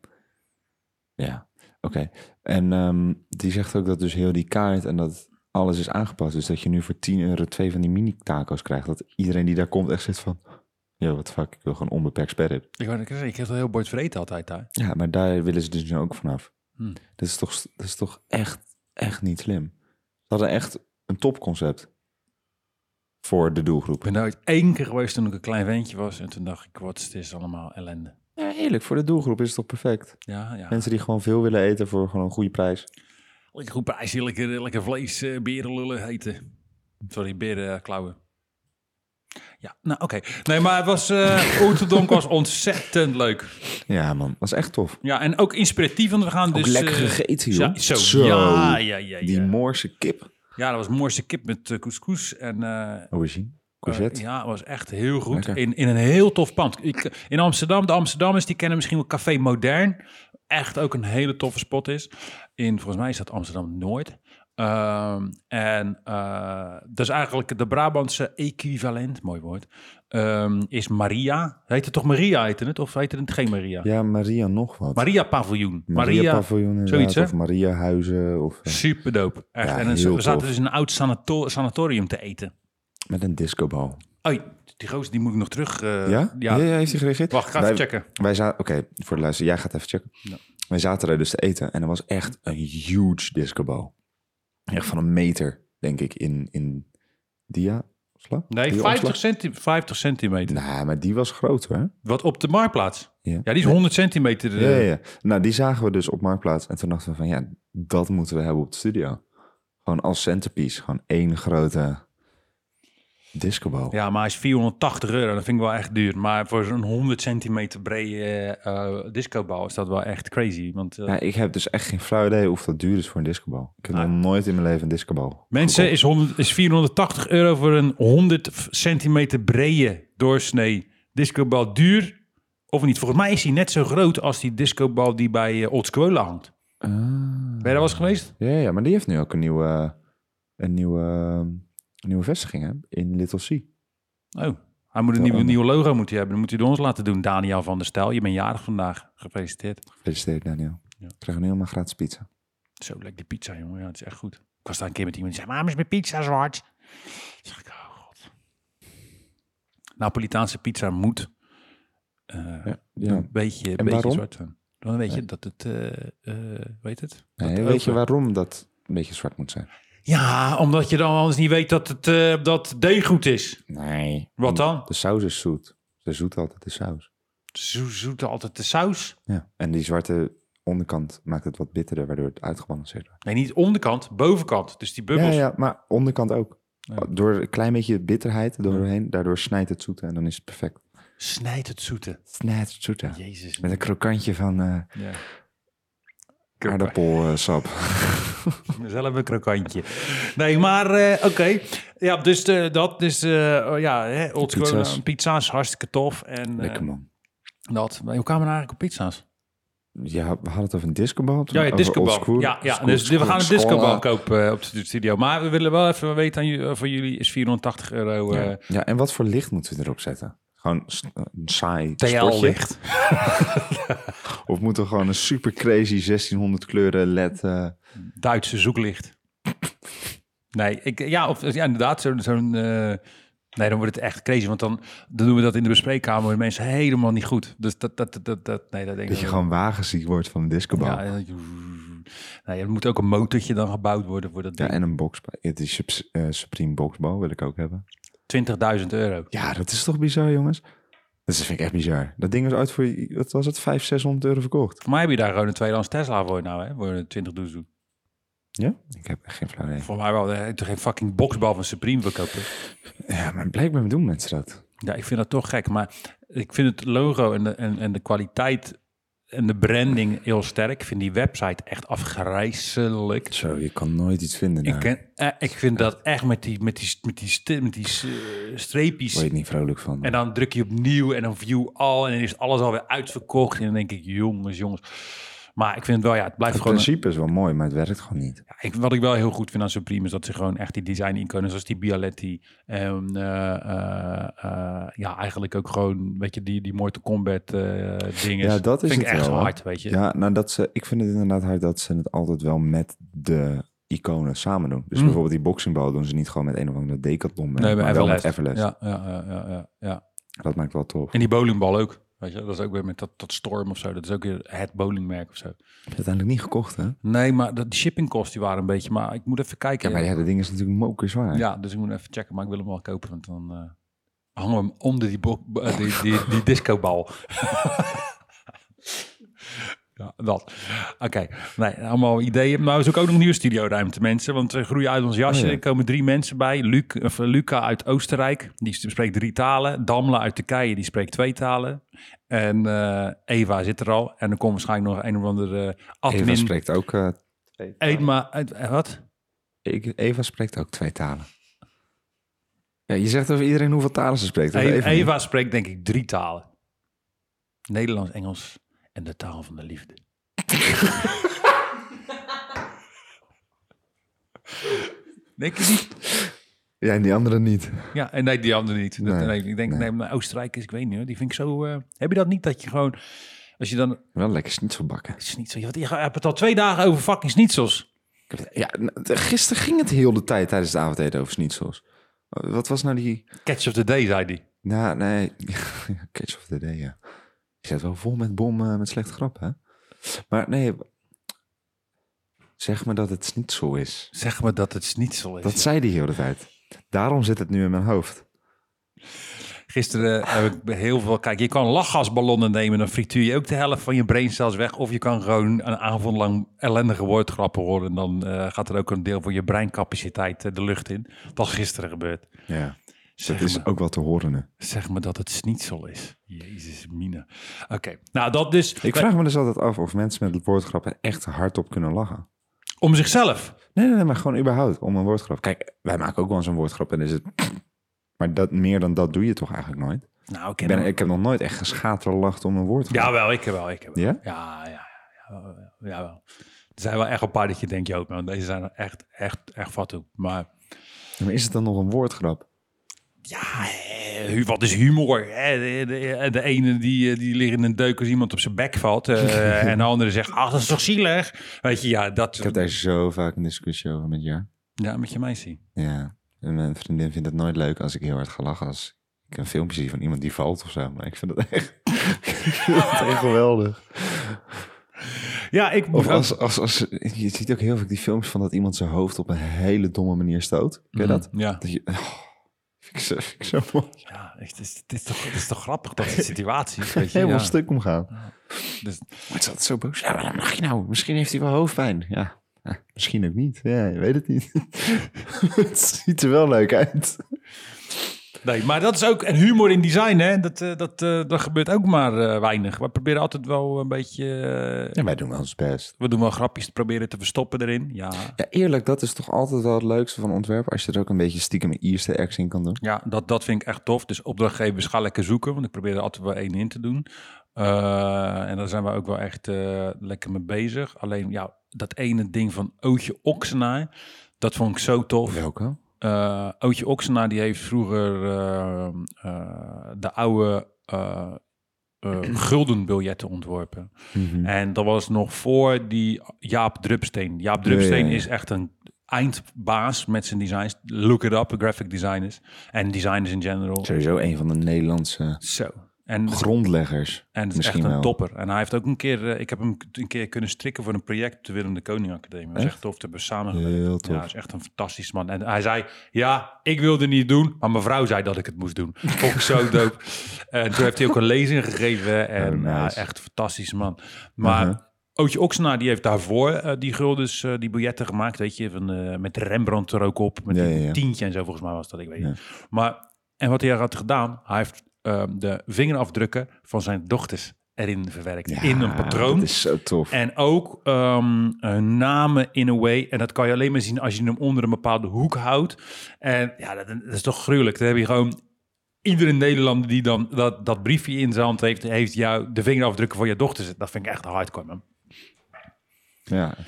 B: Ja, oké. En ehm, die zegt ook dat dus heel die kaart en dat alles is aangepast. Dus dat je nu voor 10 euro twee van die mini-taco's krijgt. Dat iedereen die daar komt echt zit van... Yo, wat fuck, ik wil gewoon onbeperkt sperren.
A: Ik wou net zeggen, ik heb dat heel bord vreten altijd daar.
B: Ja, maar daar willen ze dus nu ook vanaf.
A: Hmm.
B: Dat, is toch, dat is toch echt, echt niet slim. Ze hadden echt een topconcept voor de doelgroep.
A: Ik ben daar ooit één keer geweest toen ik een klein ventje was. En toen dacht ik, wat is dit allemaal ellende.
B: Ja, eerlijk, voor de doelgroep is het toch perfect?
A: Ja, ja.
B: Mensen die gewoon veel willen eten voor gewoon een goede prijs.
A: Lekker goed prijs, lekker, lekker vlees, eh, berenlullen heten. Sorry, berenklauwen. Ja, nou oké. Nee, maar het was, eh Oeterdonk was ontzettend leuk.
B: Ja, man, dat is echt tof.
A: Ja, en ook inspiratief, want we gaan
B: Ook
A: dus...
B: lekker
A: eh,
B: gegeten,
A: ja,
B: joh.
A: zo, Ja, ja, ja,
B: Die
A: ja.
B: Moorse kip.
A: Ja, dat was een mooiste kip met eh, couscous en... eh, eh,
B: Aubergine. Courgette.
A: ja, het was echt heel goed.
B: Lekker.
A: In, in een heel tof pand. Ik, in Amsterdam, de Amsterdammers, die kennen misschien wel Café Modern. Echt ook een hele toffe spot is. In, volgens mij is dat Amsterdam Noord. Ehm, en eh, dat is eigenlijk de Brabantse equivalent, mooi woord, ehm, is Maria. Heet het toch Maria, heette het? Of heette het geen Maria?
B: Ja, Maria nog wat.
A: Maria Paviljoen.
B: Maria,
A: Maria
B: Paviljoen inderdaad,
A: zoiets, hè?
B: Of Maria Huizen. Of, eh,
A: Super dope. Echt.
B: Ja,
A: en dan
B: heel
A: we zaten
B: tof.
A: dus in een oud sanato- sanatorium te eten.
B: met een discobal.
A: Oei, die gozer die moet ik nog terug. eh,
B: ja?
A: ja?
B: Ja? ja? Heeft hij gereageerd?
A: Wacht, ga
B: Wij-
A: even checken.
B: Wij zaten, oké, voor de luister, jij gaat even checken.
A: Ja.
B: Wij zaten daar dus te eten en er was echt een huge discobal. Echt van een meter, denk ik, in, in dia. Sla?
A: Nee,
B: Dia
A: 50,
B: omslag?
A: centi 50 centimeter.
B: Nou, maar die was groot hoor.
A: Wat op de marktplaats.
B: Ja.
A: Ja, die is 100 centimeter. eh,
B: Ja, ja, ja. Nou, die zagen we dus op Marktplaats. En toen dachten we van, ja, dat moeten we hebben op de studio. Gewoon als centerpiece. Gewoon één grote discobal.
A: Ja, maar hij is 480 euro. Dat vind ik wel echt duur. Maar voor zo'n 100 centimeter brede eh discobal is dat wel echt crazy. Want eh,
B: Ja, ik heb dus echt geen flauw idee of dat duur is voor een discobal. Ik heb
A: Ah.
B: nog nooit in mijn leven een discobal
A: mensen,
B: gekocht.
A: is, 100, is 480 euro voor een 100 centimeter brede doorsnee discobal duur? Of niet? Volgens mij is hij net zo groot als die discobal die bij eh, Old Squola hangt.
B: Ah.
A: Ben je daar wel eens geweest?
B: Ja, ja, maar die heeft nu ook een nieuwe, een nieuwe, een nieuwe vestiging hè? in Little Sea.
A: Oh. Hij moet een
B: Ja,
A: nieuw,
B: ander.
A: nieuw logo moet hij hebben. Dan moet hij door ons laten doen. Daniel van der Stel, je bent jarig vandaag. Gefeliciteerd.
B: Gefeliciteerd, Daniel.
A: Ja.
B: Krijg nu helemaal gratis pizza.
A: Zo lekker die pizza, jongen. Ja, het is echt goed. Ik was daar een keer met iemand die zei, mama is mijn pizza zwart. Toen dacht ik, oh god. Napolitaanse pizza moet eh,
B: Ja, ja.
A: een beetje, een
B: En
A: beetje
B: waarom?
A: zwart zijn. Dan weet je
B: Ja.
A: dat het, eh, eh, weet het?
B: Nee,
A: Dat
B: weet
A: over-
B: je waarom dat een beetje zwart moet zijn?
A: Ja, omdat je dan anders niet weet dat het eh, dat deeg goed is.
B: Nee.
A: Wat dan?
B: De saus is zoet. Ze zoet altijd de saus.
A: Zo zoet altijd de saus.
B: Ja. En die zwarte onderkant maakt het wat bitterder, waardoor het uitgebalanceerd wordt.
A: Nee, niet onderkant, bovenkant. Dus die
B: Ja,
A: bubbels.
B: ja, maar onderkant ook.
A: Ja.
B: Door een klein beetje bitterheid doorheen, daardoor snijdt het zoete en dan is het perfect.
A: Snijd het zoete.
B: Snijdt het zoete.
A: Jezus.
B: Met een krokantje van eh
A: Ja.
B: aardappelsap.
A: Zelf een krokantje. Nee, maar eh, oké. Ja, dus eh, dat is, eh, oh ja, hè, old school,
B: Pizza's.
A: eh, pizza's, hartstikke tof. En eh,
B: Lekker man.
A: dat. Maar Hoe kwamen we nou eigenlijk op pizza's?
B: Ja, we hadden het over een discobal. toen,
A: Ja, ja
B: over
A: discobal.
B: oldschool-
A: ja, ja.
B: school-
A: dus we
B: school-
A: gaan een
B: school-
A: discobal kopen eh, op de studio. Maar we willen wel even weten aan jullie, van jullie is 480 euro. eh,
B: Ja, en wat voor licht moeten we erop zetten? Gewoon s- een saai spotje.
A: TL-licht.
B: Of moeten we gewoon een super crazy 1600 kleuren LED... eh,
A: Duitse zoeklicht. Nee, ik, ja, of, ja, inderdaad, zo'n... zo'n, eh, nee, dan wordt het echt crazy, want dan, dan doen we dat in de bespreekkamer met mensen helemaal niet goed. Dus dat, dat, dat, dat, dat- nee, dat denk ik
B: dat je
A: wel.
B: gewoon wagenziek wordt van een discobal.
A: Ja,
B: Ja,
A: en dat je- nee, er moet ook een motortje dan gebouwd worden voor dat ding.
B: en een boxbal. Ja, die Sup- eh, Supreme boxbal wil ik ook hebben.
A: 20.000 euro.
B: Ja, dat is toch bizar, jongens? Dat vind ik echt bizar. Dat ding was uit voor, wat was het, 500, 600 euro verkocht.
A: Voor mij heb je daar gewoon een tweedehands Tesla voor nou, hè? Voor 20 doezoe.
B: Ja? Ik heb echt geen flauw idee.
A: Voor mij wel. hè, Toch geen fucking boxbal van Supreme verkopen.
B: Ja, maar blijkbaar doen mensen dat.
A: Ja, ik vind dat toch gek. Maar ik vind het logo en de, en, en de kwaliteit en de branding heel sterk. Ik vind die website echt afgrijzelijk.
B: Zo, je kan nooit iets vinden
A: Ik, ken, eh, ik vind dat echt met die, met die, met die, sti- met die eh, streepjes.
B: Word je niet vrolijk van.
A: En dan druk je opnieuw en dan view all. En dan is alles alweer uitverkocht. En dan denk ik, jongens, jongens. Maar ik vind het wel, ja, het blijft
B: het
A: gewoon...
B: principe is wel mooi, maar het werkt gewoon niet.
A: Ja, ik, wat ik wel heel goed vind aan Supreme is dat ze gewoon echt die design-iconen zoals die Bialetti. En eh, eh, eh, ja, eigenlijk ook gewoon, weet je, die, die Mortal Kombat eh, dingen.
B: Ja, dat is
A: vind ik
B: het
A: echt
B: wel, hè?
A: hard, weet je.
B: Ja, nou, dat ze, ik vind het inderdaad hard dat ze het altijd wel met de iconen samen doen. Dus
A: Mm.
B: bijvoorbeeld die boxingbal doen ze niet gewoon met een of andere decathlon, eh,
A: nee,
B: maar
A: maar
B: wel met
A: Everlast.
B: Everlast.
A: Ja, ja, ja, ja, ja, ja.
B: Dat maakt wel tof.
A: En die bowlingbal ook. Weet je, dat is ook weer met dat, dat Storm of zo. Dat is ook weer het bowlingmerk of zo.
B: Heb je uiteindelijk niet gekocht, hè?
A: Nee, maar dat, de shippingkosten die waren een beetje, maar ik moet even
B: Ja,
A: kijken.
B: maar ja, dat ding is natuurlijk mokerzwaar.
A: Ja, dus ik moet even checken, maar ik wil hem wel kopen, want dan eh, hangen we hem onder die, bo- eh, die, die, die discobal. ja, dat. Oké, nee, allemaal ideeën. Nou is ook, ook nog nieuwe studioruimte, mensen, want we groeien uit ons jasje.
B: Oh, ja.
A: Er komen drie mensen bij. Luc, of eh, Luca uit Oostenrijk, die spreekt drie talen. Damla uit Turkije, die spreekt twee talen. En eh, Eva zit er al. En er komt waarschijnlijk nog een of andere eh, admin.
B: Eva spreekt ook... eh,
A: Eetma- eh, wat?
B: ik- Eva spreekt ook twee talen. Ja, je zegt over iedereen hoeveel talen ze spreekt.
A: E-
B: over
A: Eva,
B: Eva niet.
A: spreekt denk ik drie talen. Nederlands, Engels en de taal van de liefde. denk je niet?
B: Ja, en die andere niet.
A: Ja, en nee, die andere niet. Dat-
B: Nee,
A: nee, ik denk, nee,
B: nee.
A: maar Oostenrijk is, ik weet niet hoor, die vind ik zo... eh, heb je dat niet, dat je gewoon... Als je dan...
B: Wel lekker schnitzelbakken.
A: Het is niet zo, je, je hebt het al twee dagen over fucking schnitzels.
B: Ja, nou, de- gisteren ging het heel de tijd tijdens het avondeten over schnitzels. Uh, Wat was nou die...
A: Catch of the day, zei die.
B: Nou, nee. Catch of the day, ja. Je zit wel vol met bom, eh, met slechte grappen, hè? Maar nee... Zeg me dat het schnitzel is.
A: Zeg maar dat het schnitzel is.
B: Dat zei die heel de tijd. Daarom zit het nu in mijn hoofd.
A: Gisteren heb ik heel veel... Kijk, je kan lachgasballonnen nemen. Dan frituur je ook de helft van je braincels weg. Of je kan gewoon een avond lang ellendige woordgrappen horen. En dan eh, gaat er ook een deel van je breincapaciteit eh, de lucht in. Dat is gisteren gebeurd.
B: Ja.
A: Zeg,
B: dat is
A: me,
B: ook wel te horen nu.
A: zeg me dat het schnitzel is. Jezus, mina. Oké, nou dat dus...
B: Ik vraag me dus altijd af of mensen met woordgrappen echt hardop kunnen lachen.
A: Om zichzelf.
B: Nee, nee, nee, maar gewoon überhaupt om een woordgrap. Kijk, wij maken ook wel eens een woordgrap en is het... Maar dat, meer dan dat doe je toch eigenlijk nooit?
A: Nou, ik
B: Ik,
A: ken
B: ben,
A: hem.
B: ik heb nog nooit echt geschaterlacht om een woordgrap.
A: Jawel, ik wel, ik wel.
B: Ja?
A: Ja, ja, ja, ja, jawel. Er zijn wel echt een paar dat je denkt, joh, man, deze zijn echt, echt, echt fatsoen. Maar
B: Maar is het dan nog een woordgrap?
A: Ja, eh, hu- wat is humor? hè? De, de, de ene die, eh, die ligt in een deuk als iemand op zijn bek valt. eh, en de andere zegt, ach, dat is toch zielig? Weet je, ja,
B: Ik
A: dat...
B: heb daar zo vaak een discussie over met Jar.
A: Ja, met je meisje.
B: Ja. En mijn vriendin vindt het nooit leuk als ik heel hard ga lachen als ik een filmpje zie van iemand die valt of zo. Maar ik vind dat echt, ik vind dat echt geweldig.
A: Ja, ik...
B: Of als, als, als, je ziet ook heel vaak die filmpjes van dat iemand zijn hoofd op een hele domme manier stoot. Ken je dat?
A: Mm, Ja,
B: dat je, oh, vind ik zo, vind ik zo mooi.
A: ja echt, het, is, het, is toch, het is toch grappig, dat soort situaties. Weet je,
B: Helemaal
A: ja.
B: stuk omgaan.
A: Dus-
B: Maar het is altijd zo boos. Ja, maar dat mag je nou. Misschien heeft hij wel hoofdpijn. Ja, Ja, misschien ook niet. Ja, je weet het niet. het ziet er wel leuk uit.
A: Nee, maar dat is ook... En humor in design, hè? Dat, eh, dat, eh, dat gebeurt ook maar eh, weinig. We proberen altijd wel een beetje... eh,
B: wij doen wel ons best.
A: we doen wel grapjes te proberen te verstoppen erin. Ja,
B: Ja, eerlijk, dat is toch altijd wel het leukste van ontwerp. Als je er ook een beetje stiekem een Ierse ex in kan doen.
A: Ja, dat, dat vind ik echt tof. Dus opdrachtgevers ga lekker zoeken, want ik probeer er altijd wel één in te doen. Eh, en daar zijn we ook wel echt eh, lekker mee bezig. Alleen ja, dat ene ding van Ootje Oksenaar, dat vond ik zo tof.
B: Welke?
A: eh Ootje Oksena die heeft vroeger eh, eh, de oude eh eh, guldenbiljetten ontworpen.
B: Mhm.
A: En dat was nog voor die Jaap Drupsteen. Jaap Drupsteen
B: ja, ja.
A: is echt een eindbaas met zijn designs. Look it up, graphic designers. En designers in general. Zo.
B: Sowieso een van de Nederlandse
A: En,
B: grondleggers.
A: en het is echt
B: Misschien
A: een
B: wel.
A: topper. En hij heeft ook een keer... eh, ik heb hem een keer kunnen strikken voor een project... op de Willem de Koning Academie. Dat is
B: Echt?
A: echt tof. Te hebben we samen
B: Heel
A: ja, hij
B: tof.
A: is echt een fantastisch man. En hij zei, ja, ik wilde niet doen, maar mijn vrouw zei dat ik het moest doen. Vond ik zo dope. En toen heeft hij ook een lezing gegeven. En
B: Oh, nice.
A: ja, echt een fantastisch man. Maar
B: Uh-huh.
A: Ootje Oksena, die heeft daarvoor eh, die guldens, eh, die biljetten gemaakt. Weet je, van, eh, met Rembrandt er ook op. Met
B: Ja,
A: die
B: ja, ja.
A: tientje en zo, volgens mij was dat, ik weet
B: Ja.
A: niet. Maar, en wat hij had gedaan, hij heeft eh, de vingerafdrukken van zijn dochters erin verwerkt.
B: Ja,
A: in een patroon.
B: Dat is zo tof.
A: En ook ehm, eh, namen in a way. En dat kan je alleen maar zien als je hem onder een bepaalde hoek houdt. En ja, dat, dat is toch gruwelijk. Dan heb je gewoon iedere Nederlander die dan dat, dat briefje in zijn hand heeft, heeft jou de vingerafdrukken van je dochter. zitten. Dat vind ik echt hardcore, man.
B: Ja. Elke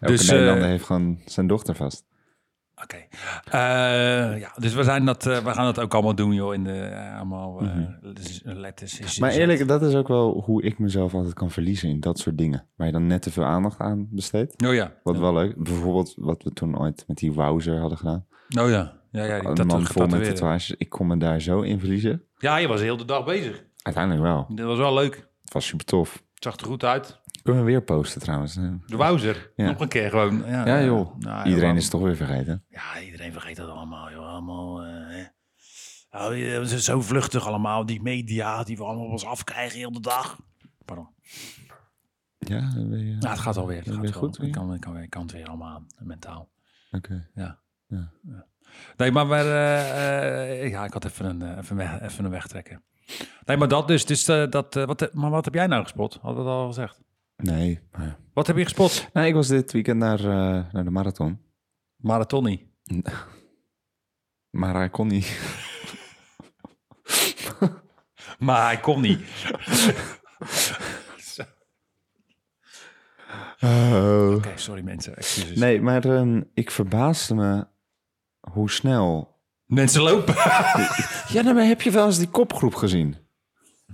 A: Dus,
B: dus, Nederlander
A: eh,
B: heeft gewoon zijn dochter vast.
A: Oké. Eh, ja, dus we, zijn dat, eh, we gaan dat ook allemaal doen, joh. In de eh, allemaal eh, letters, is-
B: Maar
A: is-
B: eerlijk, dat is ook wel hoe ik mezelf altijd kan verliezen in dat soort dingen. Waar je dan net te veel aandacht aan besteedt.
A: Oh ja.
B: Wat wel leuk. Bijvoorbeeld wat we toen ooit met die Wowzer hadden gedaan.
A: Oh ja. Ja, ja, die
B: Een
A: tattoo-
B: man vol met
A: tatoeëren.
B: tatoeages. Ik kon me daar zo in verliezen.
A: Ja, je was heel de dag bezig.
B: Uiteindelijk wel.
A: Dat was wel leuk.
B: Het was super tof.
A: Het zag er goed uit.
B: Kunnen we weer posten trouwens. Eh,
A: De Wouzer.
B: Ja.
A: Nog een keer gewoon. Ja,
B: Ja joh.
A: Nou, ja,
B: Iedereen
A: waarom-
B: is het toch weer vergeten.
A: Ja, iedereen vergeet dat allemaal. Joh. Allemaal... eh, hè. Nou, je- het is zo vluchtig allemaal. Die media die we allemaal op ons afkrijgen heel de dag. Pardon.
B: Ja, dan ben je-
A: Nou, het gaat alweer. Het
B: Ben je
A: gaat
B: weer
A: wel.
B: goed weer?
A: Ik kan, ik, kan, ik kan het weer allemaal aan. Mentaal.
B: Oké.
A: Nee, maar... maar eh, eh, ja, ik had even een, eh, even, weg, even een wegtrekken. Nee, maar dat dus. dus eh, dat, eh, wat, maar wat heb jij nou gespot? Hadden we dat al gezegd.
B: Nee. Maar...
A: Wat heb je gespot?
B: Nou, ik was dit weekend naar, eh, naar de marathon.
A: Maratoni.
B: Maar hij kon niet.
A: Maar hij kon niet.
B: Oh.
A: Oké, sorry mensen. Excuses.
B: Nee, maar ehm, ik verbaasde me hoe snel.
A: Mensen lopen.
B: Ja, nou, maar heb je wel eens die kopgroep gezien?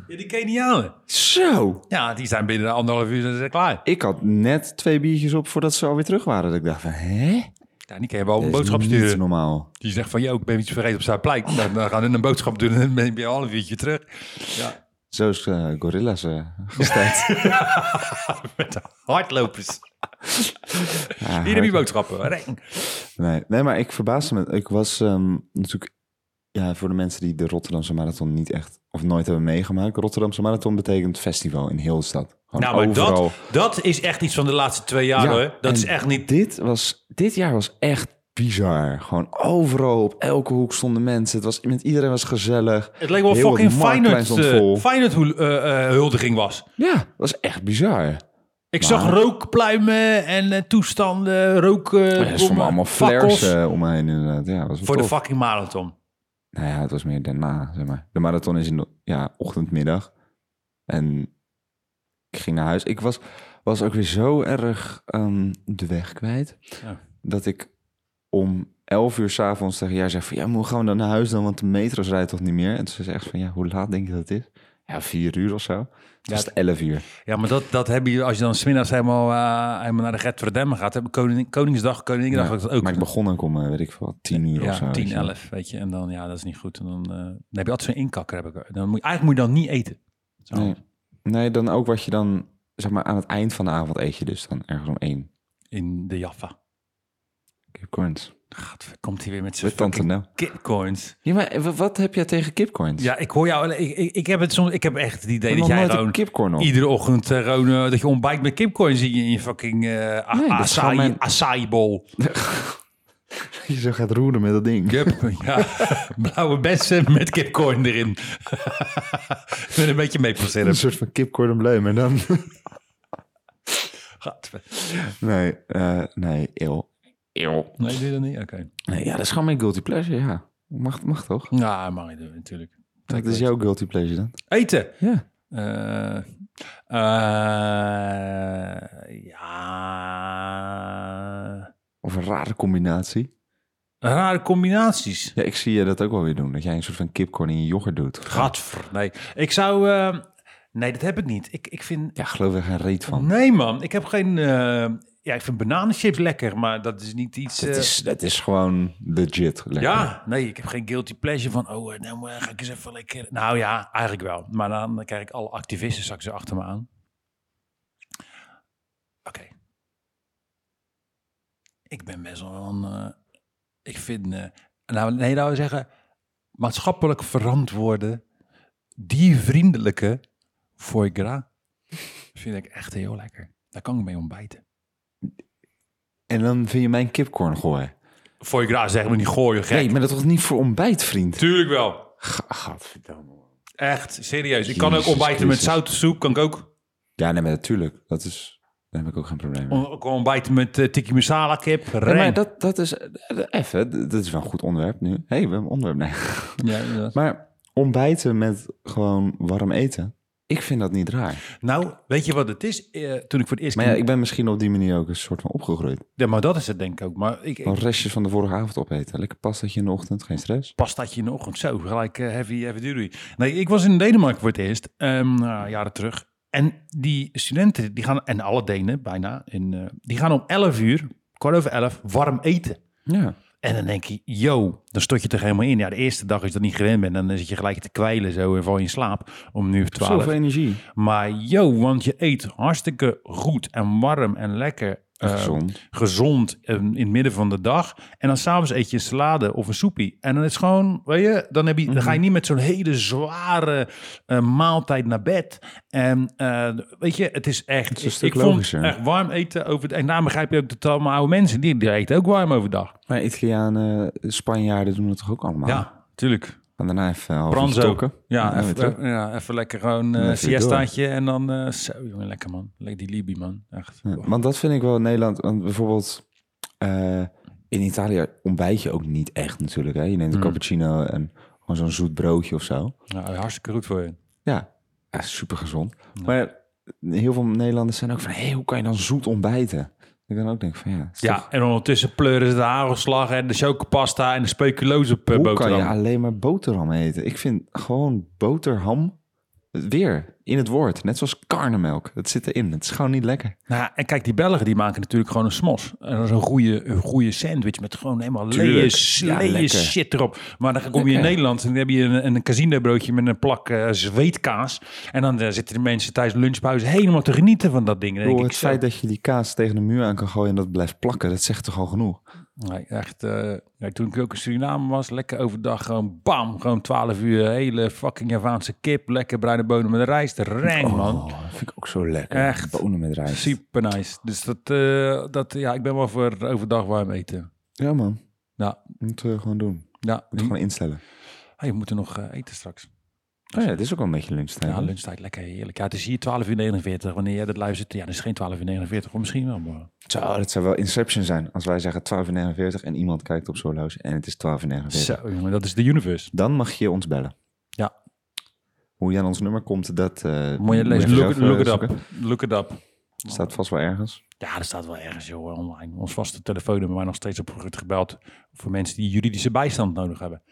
A: Ja, die Kenianen.
B: Zo!
A: Ja, die zijn binnen anderhalf uur zijn ze klaar.
B: Ik had net twee biertjes op voordat ze alweer terug waren. Dat ik dacht van, hè?
A: Ja, die kan je wel een
B: Dat is
A: boodschap
B: niet
A: sturen.
B: normaal.
A: Die zegt van, joh, ik ben iets vergeten op zijn plek. Dan, dan gaan hun een boodschap doen en dan ben je een half uurtje terug. Ja.
B: Zo is eh, Gorilla's eh gestart.
A: Met de hardlopers.
B: Ja,
A: Hier heb je boodschappen. Reng.
B: nee, nee, maar ik verbaasde me. Ik was ehm, natuurlijk... Ja, voor de mensen die de Rotterdamse Marathon niet echt... of nooit hebben meegemaakt. Rotterdamse Marathon betekent festival in heel de stad. Gewoon
A: Nou, maar
B: overal.
A: dat, dat is echt iets van de laatste twee jaar,
B: Ja,
A: hoor. Dat is
B: en
A: echt niet...
B: Dit, was, dit jaar was echt bizar. Gewoon overal, op elke hoek stonden mensen. Het was, met iedereen was gezellig.
A: Het leek wel
B: Heel
A: fucking
B: het marktplein
A: Feyenoord,
B: stond
A: eh
B: vol.
A: Feyenoord hoe- eh, eh, huldiging was.
B: Ja, dat was echt
A: Eh,
B: bizar.
A: Ik
B: Maar-
A: zag rookpluimen en eh, toestanden, rook... eh,
B: Er stonden
A: bommen,
B: allemaal
A: fakkels
B: flares eh, om me heen inderdaad. Ja, was wel
A: Voor de
B: tof.
A: fucking marathon.
B: Nou ja, het was meer daarna, zeg maar. De marathon is in de ja, ochtend, middag. En ik ging naar huis. Ik was, was ook weer zo erg ehm, de weg kwijt.
A: Ja.
B: Dat ik om elf uur s'avonds tegen jou zei van... Ja, maar hoe gaan we dan naar huis dan? Want de metro's rijden toch niet meer? En toen zei ze echt van... Ja, hoe laat denk je dat het is? Ja, vier uur of zo.
A: Ja,
B: Ja, was het elf uur.
A: Ja, maar dat, dat heb je als je dan smiddags helemaal, eh, helemaal naar de Getverdemme gaat. Heb koning, Koningsdag, Koningindag
B: Ja,
A: was het ook.
B: Maar ik begon ook om, eh, weet ik veel, tien uur of zo.
A: ja,
B: weet
A: 10,
B: je wel.
A: 11, weet je. En dan, ja, dat is niet goed. En dan, eh, dan heb je altijd zo'n inkakker. Heb ik, dan moet je, eigenlijk moet je dan niet eten. Zo.
B: Nee. nee, dan ook wat je dan... Zeg maar, aan het eind van de avond eet je dus dan ergens om één.
A: In de Jaffa.
B: Kipcorns.
A: Gaat, komt hij weer met zijn
B: Met tante
A: fucking
B: Nel.
A: kitcoins.
B: Ja, maar eh, wa- wat heb jij tegen kipcorns?
A: Ja, ik hoor jou. Ik, ik, ik heb het soms. Ik heb echt het idee
B: Ik heb
A: dat
B: nog
A: jij
B: nooit
A: gewoon
B: een kipcorn op.
A: iedere ochtend eh, gewoon, eh, dat je ontbijt met kipcoins in je, in je fucking eh a-
B: Nee, dat is
A: acai,
B: gewoon mijn-
A: acai bowl.
B: Je zo gaat roeren met dat ding.
A: Yep, ja. Blauwe bessen met kipcorn erin. met een beetje maple syrup.
B: soort van kipcorn bleu, maar dan...
A: Gadver.
B: Nee, eh, nee, eeuw. Eeuw.
A: Nee, doe je dat niet? Oké.
B: Nee, ja, dat is gewoon mijn guilty pleasure, ja. Mag, mag toch?
A: Nou, mag je doen, natuurlijk.
B: Dat is jouw guilty pleasure dan?
A: Eten!
B: Ja.
A: Eh, eh, ja...
B: Of een rare combinatie.
A: Rare combinaties.
B: Ja, ik zie je dat ook wel weer doen. Dat jij een soort van kipcorn in je yoghurt doet.
A: Gadver. Nee, ik zou... eh, nee, dat heb ik niet. Ik, ik vind...
B: Ja, geloof er geen reet van.
A: Nee, man. Ik heb geen... eh, ja, ik vind bananenchips lekker, maar dat is niet iets...
B: Het
A: eh,
B: is, het is gewoon legit lekker.
A: Ja, nee, ik heb geen guilty pleasure van, oh, eh, nou eh, ga ik eens even lekker... Nou ja, eigenlijk wel. Maar dan krijg ik alle activisten straks er achter me aan. Oké. Ik ben best wel een... eh, ik vind... eh, nou, nee, laten we zeggen, maatschappelijk verantwoorde, diervriendelijke foie gras vind ik echt heel lekker. Daar kan ik mee ontbijten.
B: En dan vind je mijn kipcorn gooien.
A: Foie gras zeggen we niet gooien, gek.
B: Nee, maar dat was niet voor ontbijt, vriend.
A: Tuurlijk wel.
B: Ga- Gadverdamme.
A: Echt, serieus. Ik kan ook
B: Jezus
A: ontbijten met
B: Christus.
A: zoutsoep. Kan ik ook.
B: Ja, nee, maar natuurlijk. Dat is, daar heb ik ook geen probleem mee.
A: On- Ook ontbijten met eh, tikkie masala kip.
B: Nee,
A: Rijn.
B: Oh. maar dat, dat is... Even, d- dat is wel een goed onderwerp nu. Hé, hey, we hebben een onderwerp. Nee.
A: Ja, inderdaad.
B: Maar ontbijten met gewoon warm eten, ik vind dat niet raar.
A: Nou, weet je wat het is? Eh, toen ik voor het eerst...
B: Maar ja,
A: keer-
B: ik ben misschien op die manier ook een soort van opgegroeid.
A: Ja, maar dat is het denk ik ook. Maar ik, ik
B: Gewoon restjes van de vorige avond opeten. Lekker pastaatje in de ochtend, geen stress.
A: pastaatje in de ochtend. Zo, gelijk eh, heavy, heavy duty. Nee, ik was in Denemarken voor het eerst, ehm, nou, jaren terug. En die studenten, die gaan, en alle Denen bijna, in, eh, die gaan om 11 uur, kwart over 11, warm eten.
B: Ja.
A: En dan denk je, yo, dan stort je er helemaal in. Ja, de eerste dag als je dat niet gewend bent, dan zit je gelijk te kwijlen zo en val je in slaap om nu 12.
B: Zoveel energie.
A: Maar yo, want je eet hartstikke goed en warm en lekker.
B: En
A: eh,
B: gezond.
A: gezond eh, in het midden van de dag. En dan s'avonds eet je een salade of een soepie. En dan is het gewoon, weet je, dan, heb je, dan
B: Mhm.
A: ga je niet met zo'n hele zware eh, maaltijd naar bed. En eh, weet je, het is echt...
B: is een stuk
A: ik vond
B: logischer.
A: echt warm eten over... En daar begrijp je ook totaal mijn oude mensen. Die, die eten ook warm overdag.
B: Maar Italianen, Spanjaarden doen dat toch ook allemaal?
A: Ja, tuurlijk.
B: En daarna even half uur
A: Branzo.
B: stokken.
A: Ja,
B: En dan
A: even,
B: weer terug.
A: eh, ja, even lekker gewoon eh
B: even
A: siestaatje en dan eh, zo, jongen, lekker man. Lekker die Libi, man. Echt.
B: Ja, want dat vind ik wel in Nederland. Want bijvoorbeeld eh, in Italië ontbijt je ook niet echt natuurlijk. Hè? Je neemt
A: Hmm.
B: een cappuccino en gewoon zo'n zoet broodje of zo.
A: Nou, hartstikke goed voor je.
B: Ja, ja super gezond. Maar heel veel Nederlanders zijn ook van... hey, hoe kan je dan zoet ontbijten? Ik dan ook denk van ja... is
A: Ja,
B: toch-
A: en ondertussen pleuren ze de hagelslag en de chocopasta en de speculoos op eh,
B: hoe kan je
A: boterham.
B: alleen maar boterham eten? Ik vind gewoon boterham... Weer in het woord. Net zoals karnemelk. Het zit erin. Het is gewoon niet lekker.
A: Nou, ja, en kijk, die Belgen die maken natuurlijk gewoon een smos. En dat is een goede, een goede sandwich met gewoon helemaal
B: Tuurlijk.
A: leeën
B: Ja,
A: leeën
B: lekker.
A: shit erop. Maar dan kom je in
B: Lekker.
A: Nederland en dan heb je een, een casinobroodje met een plak eh, zweetkaas. En dan eh, zitten de mensen tijdens lunchpauze helemaal te genieten van dat ding. Dan denk
B: Ik bedoel,
A: ik,
B: het
A: zo,
B: feit dat je die kaas tegen de muur aan kan gooien en dat blijft plakken, dat zegt toch al genoeg?
A: Nee, echt. eh, nee, toen ik ook in Suriname was, lekker overdag gewoon bam, gewoon 12 uur hele fucking Javaanse kip, lekker bruine bonen met rijst, reng
B: Oh,
A: man.
B: dat vind ik ook zo lekker.
A: Echt.
B: Bonen met rijst.
A: Super nice. Dus dat, eh, dat, ja, ik ben wel voor overdag warm eten.
B: Ja man,
A: Ja,
B: moet eh, gewoon doen.
A: ja.
B: Moet gewoon instellen.
A: Hey, we moeten nog eh, eten straks.
B: Oh ja, het is ook wel een beetje lunchtijd.
A: Ja,
B: hè?
A: lunchtijd, lekker heerlijk. Ja, het is hier 12 uur 49. Wanneer jij dat luistert, ja, dat is geen 12 uur 49, of misschien wel. Maar...
B: Zo, dat zou wel Inception zijn. Als wij zeggen 12.49 en iemand kijkt op zo'n horloge en het is 12.49.
A: Zo, jongen, dat is de universe.
B: Dan mag je ons bellen.
A: Ja.
B: Hoe je aan ons nummer komt, dat eh
A: Moet je lezen.
B: even
A: Look,
B: zelf, eh,
A: look it
B: zoeken.
A: up. Look it up.
B: Staat vast wel ergens.
A: Ja, dat staat wel ergens joh, online. Ons vaste telefoonnummer waar nog steeds op wordt gebeld voor mensen die juridische bijstand nodig hebben.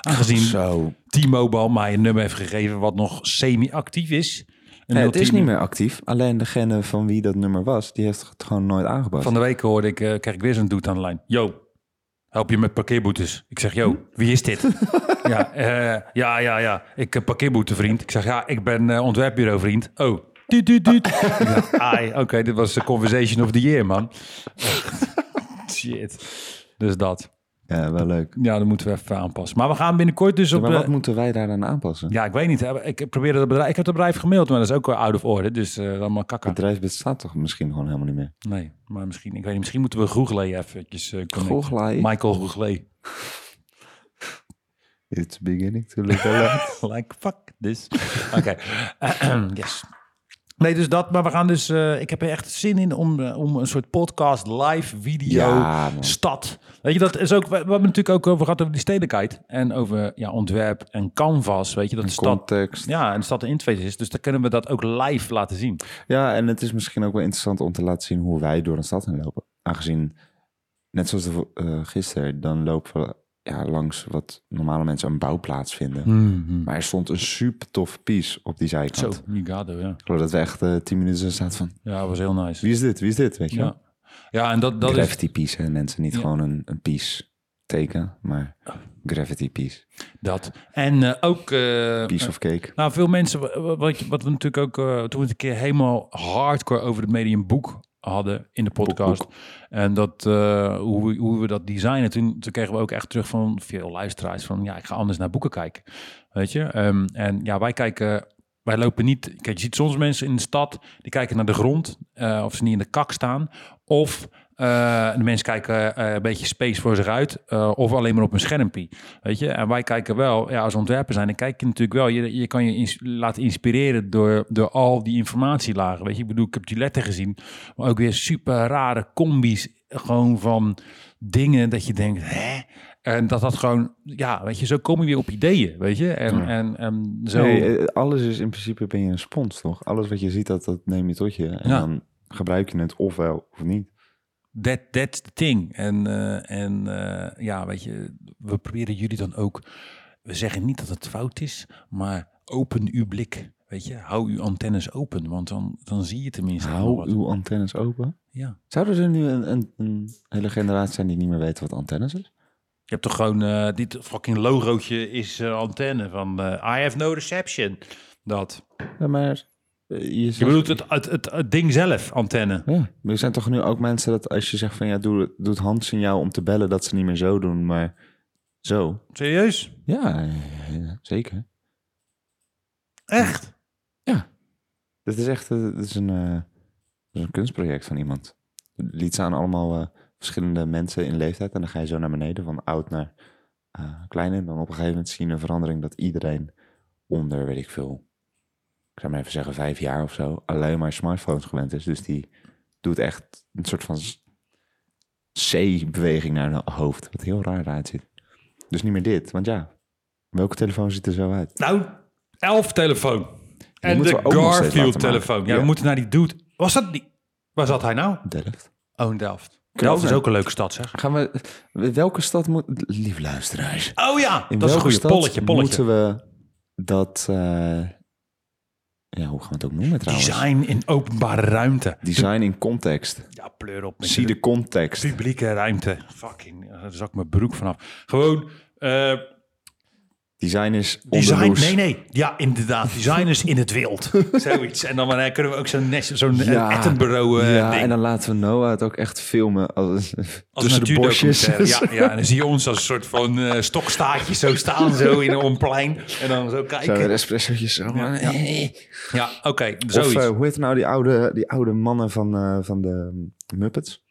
A: Aangezien
B: Zo.
A: T-Mobile mij een nummer heeft gegeven wat nog semi-actief is. En
B: Nee, het is
A: T-Mobile-
B: niet meer actief. Alleen degene van wie dat nummer was, die heeft het gewoon nooit aangepast.
A: Van de week hoorde ik, eh krijg ik weer zo'n doet aan de lijn. Yo, help je met parkeerboetes? Ik zeg, yo, wie is dit? ja, eh, ja, ja, ja. Ik heb parkeerboete, vriend. Ik zeg, ja, ik ben eh, ontwerpbureau, vriend. Oh, tuut, tuut, tuut. Ik dacht, ai, Oké, dit was de conversation of the year, man. Shit. Dus dat.
B: Ja, wel leuk.
A: Ja, dat moeten we even aanpassen. Maar we gaan binnenkort dus op...
B: Maar wat
A: eh,
B: moeten wij daar dan aanpassen?
A: ja, ik weet niet. hè. Ik probeerde het bedrijf... Ik heb het bedrijf gemaild, maar dat is ook wel out of order. Dus eh allemaal
B: Het
A: kakka.
B: bedrijf bestaat toch misschien gewoon helemaal niet meer?
A: Nee, maar misschien... Ik weet niet. Misschien moeten we Google eventjes... eh, connecten.
B: Googlai.
A: Michael Google.
B: It's beginning to look alike.
A: Like, fuck this. Oké. Ahem, yes. Nee, dus dat. Maar we gaan dus... eh, ik heb er echt zin in om, eh, om een soort podcast, live video,
B: Ja, man.
A: stad. Weet je, dat is ook... We, we hebben natuurlijk ook over gehad over die stedelijkheid. En over ja, ontwerp en canvas. Weet je, dat de stad...
B: Context.
A: Ja, en de stad een interface is. Dus dan kunnen we dat ook live laten zien.
B: Ja, en het is misschien ook wel interessant om te laten zien hoe wij door een stad heen lopen. Aangezien net zoals de, eh, gisteren, dan lopen we ja, langs wat normale mensen een bouwplaats vinden.
A: Mhm.
B: Maar er stond een super tof piece op die
A: Zo,
B: zijkant.
A: Migado, ja.
B: Ik geloof dat we echt eh, tien minuten zo staat van,
A: Ja, was heel nice.
B: wie is dit, wie is dit, weet je wel?
A: Ja, ja en dat, dat is,
B: Gravity piece, hè, mensen. Niet
A: Ja.
B: gewoon een, een piece teken, maar gravity piece.
A: dat. En eh, ook... eh,
B: Piece of cake.
A: Nou, veel mensen, wa- wa- wat, je- wat we natuurlijk ook eh, toen we het een keer helemaal hardcore over het medium boek hadden in de podcast. En dat, eh, hoe, we, hoe we dat designen. Toen, toen kregen we ook echt terug van veel luisteraars van ja, ik ga anders naar boeken kijken. Weet je? Ehm, en ja, wij kijken, wij lopen niet. Kijk, je ziet soms mensen in de stad die kijken naar de grond eh, of ze niet in de kak staan. Of eh, de mensen kijken eh, een beetje space voor zich uit. eh, of alleen maar op een schermpje. Weet je, en wij kijken wel, ja, als ontwerper zijn, dan kijk je natuurlijk wel, je, je kan je ins- laten inspireren door, door al die informatielagen. Weet je, ik bedoel, ik heb die letter gezien, maar ook weer super rare combi's, gewoon van dingen dat je denkt, hè? En dat dat gewoon, ja, weet je, zo kom je weer op ideeën, weet je? En,
B: Ja.
A: en, en zo.
B: Nee, eh, alles is in principe ben je een spons, toch? Alles wat je ziet, dat, dat neem je tot je. En
A: Ja.
B: dan gebruik je het ofwel of niet.
A: That, that's the thing. En, eh, en eh, ja, weet je, we proberen jullie dan ook... We zeggen niet dat het fout is, maar open uw blik. Weet je, hou uw antennes open, want dan, dan zie je tenminste wel
B: Hou
A: wat.
B: uw antennes open.
A: Ja.
B: Zouden er nu een, een, een hele generatie zijn die niet meer weet wat antennes is?
A: Je hebt toch gewoon... eh, dit fucking logootje is eh, antenne van... eh, I have no reception. Dat.
B: Ja, maar eh, je
A: Je
B: zegt-
A: bedoelt het, het, het, het ding zelf, antenne.
B: Ja, maar er zijn toch nu ook mensen dat als je zegt van ja, doe, doe het handsignaal om te bellen, dat ze niet meer zo doen, maar zo.
A: Serieus?
B: Ja, ja, ja, zeker.
A: Echt?
B: Dit is echt eh, dit is een, eh, dit is een kunstproject van iemand. Liet ze aan allemaal eh, verschillende mensen in leeftijd en dan ga je zo naar beneden, van oud naar eh, klein. En dan op een gegeven moment zie je een verandering dat iedereen onder, weet ik veel, ik zou maar even zeggen vijf jaar of zo, alleen maar smartphones gewend is. Dus die doet echt een soort van s- C-beweging naar hun hoofd, wat heel raar uitziet. Dus niet meer dit, want ja, welke telefoon ziet er zo uit?
A: Nou, elf telefoon. En
B: moeten
A: de
B: we ook nog steeds laten
A: Garfield telefoon.
B: maken.
A: Ja, we
B: Ja.
A: moeten naar die dude. Was dat die? Waar zat hij nou?
B: Delft.
A: Oh, in Delft.
B: Kunnen we
A: Delft is
B: ook-
A: ook een leuke stad, zeg.
B: Gaan we, welke stad moet... Lieve luisteraars.
A: Oh ja, dat
B: In
A: is een
B: welke
A: goede
B: stad
A: polletje, polletje.
B: moeten we dat... eh, ja, hoe gaan we het ook noemen trouwens?
A: Design in openbare ruimte.
B: Design in context.
A: Ja, pleur op. met
B: Zie
A: je
B: de context.
A: publieke ruimte. Fucking, eh, daar zak mijn broek vanaf. Gewoon, eh,
B: Design is on the
A: design...
B: loose.
A: Nee, nee. Ja, inderdaad. Design is in het wild. Zoiets. En dan eh, kunnen we ook zo'n nest- zo'n eh,
B: Ja.
A: Attenborough eh,
B: ja,
A: ding.
B: en dan laten we Noah het ook echt filmen als,
A: Als
B: tussen de bosjes.
A: natuurdocumentaire. Ja, ja, en dan zie je ons als een soort van eh, stokstaartje zo staan, zo in een plein. En dan zo
B: Zo,
A: kijken.
B: de espressootjes zo. maar-
A: ja. Ja, oké,
B: Of
A: zoiets.
B: eh, hoe heet het nou die oude, die oude mannen van, eh, van de Muppets?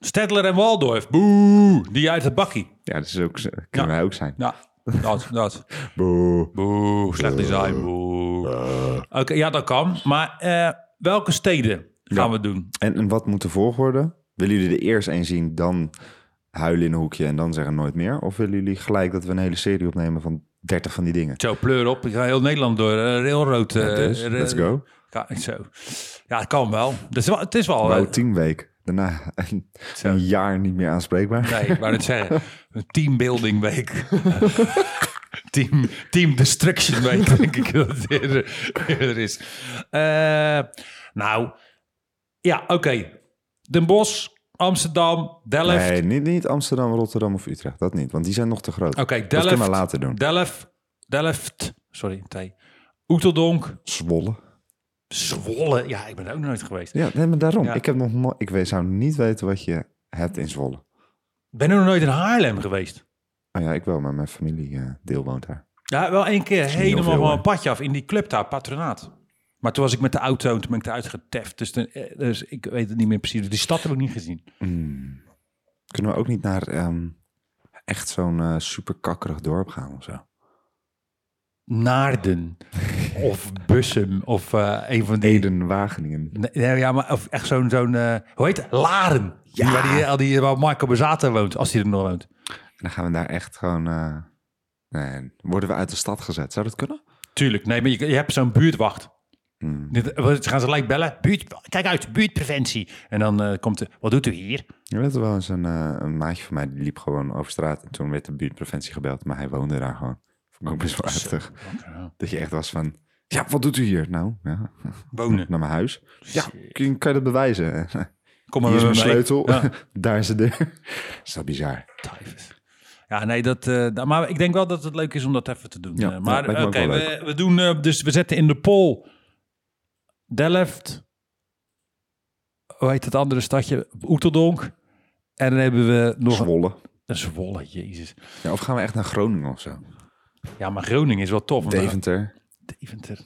A: Stedler en Waldorf, boe, die uit het bakkie.
B: Ja, dat is ook, kunnen wij ook zijn.
A: Ja, dat, dat.
B: Boe.
A: Boe, slecht design, boe.
B: Eh.
A: Oké, ja, dat kan. Maar eh, welke steden gaan we doen?
B: En, en wat moet de volgorde? Willen jullie er eerst één zien, dan huilen in een hoekje en dan zeggen nooit meer? Of willen jullie gelijk dat we een hele serie opnemen van 30 van die dingen?
A: Zo, pleur op. Ik ga heel Nederland door. eh, railroad. eh,
B: Dus,
A: ra-
B: let's go.
A: Ka- zo. Ja, het kan wel. Het is wel... Het is wel eh,
B: Wauw, teamweek. Daarna een,
A: Zo.
B: een jaar niet meer aanspreekbaar.
A: Nee, ik wou het zeggen. Een Teambuilding week. Team, team Destruction week, denk ik dat het eerder, eerder is. Eh, nou, ja, oké. Den Bosch, Amsterdam, Delft.
B: Nee, niet, niet Amsterdam, Rotterdam of Utrecht. Dat niet, want die zijn nog te groot.
A: Oké,
B: dat
A: Delft.
B: kunnen we later doen.
A: Delft, Delft, sorry, T. Oeteldonk,
B: Zwolle.
A: Zwolle. Ja, ik ben er ook nooit geweest.
B: Ja, nee, maar daarom.
A: Ja.
B: Ik, heb nog nooit- ik weet, zou niet weten wat je hebt in Zwolle.
A: Ik ben er nog nooit in Haarlem geweest.
B: Oh ja, ik wel, maar mijn familie eh, deel woont daar.
A: Ja, wel één keer
B: niet heel
A: helemaal
B: veel,
A: van
B: hoor.
A: een padje af in die club daar, patronaat. Maar toen was ik met de auto en toen ben ik eruit geteft. Dus, toen- eh, dus ik weet het niet meer precies. Die stad heb ik niet gezien.
B: Mm. Kunnen we ook niet naar ehm, echt zo'n eh super kakkerig dorp gaan of zo?
A: Naarden of Bussum of eh, een van die...
B: Eden, Wageningen.
A: Nee, nee, ja, maar of echt zo'n... zo'n eh, hoe heet het? Laren.
B: Ja.
A: Waar, die, al die, waar Marco Bezato woont, als hij er nog woont.
B: En dan gaan we daar echt gewoon... eh, nee, worden we uit de stad gezet. Zou dat kunnen? Hmm.
A: Tuurlijk. Nee, maar je, je hebt zo'n buurtwacht. Dit- Ze gaan ze gelijk bellen. Buurt, kijk uit, buurtpreventie. En dan eh, komt de, wat doet u hier?
B: Je weet wel eens een, eh, een maatje van mij, die liep gewoon over straat. En toen werd de buurtpreventie gebeld, maar hij woonde daar gewoon. Vond ik ook best wel heftig. Dat je echt was van, ja, wat doet u hier? Nou, ja,
A: Wonen.
B: naar mijn huis. Ja, kun, kan je dat bewijzen?
A: Kom eh, maar
B: Hier is
A: met
B: mijn
A: me mee.
B: sleutel,
A: Ja.
B: daar is de deur. Is dat bizar?
A: Tyfus. Ja, nee, dat, eh, da- maar ik denk wel dat het leuk is om dat even te doen.
B: Ja,
A: Eh,
B: ja,
A: maar
B: lijkt me
A: oké,
B: ook wel
A: we, we doen eh, dus we zetten in de poll Delft, hoe heet het andere stadje? Oeteldonk. En dan hebben we nog
B: Zwolle.
A: een Zwolle, jezus.
B: Ja, of gaan we echt naar Groningen of zo?
A: Ja, maar Groningen is wel tof. maar-
B: Deventer.
A: Deventer.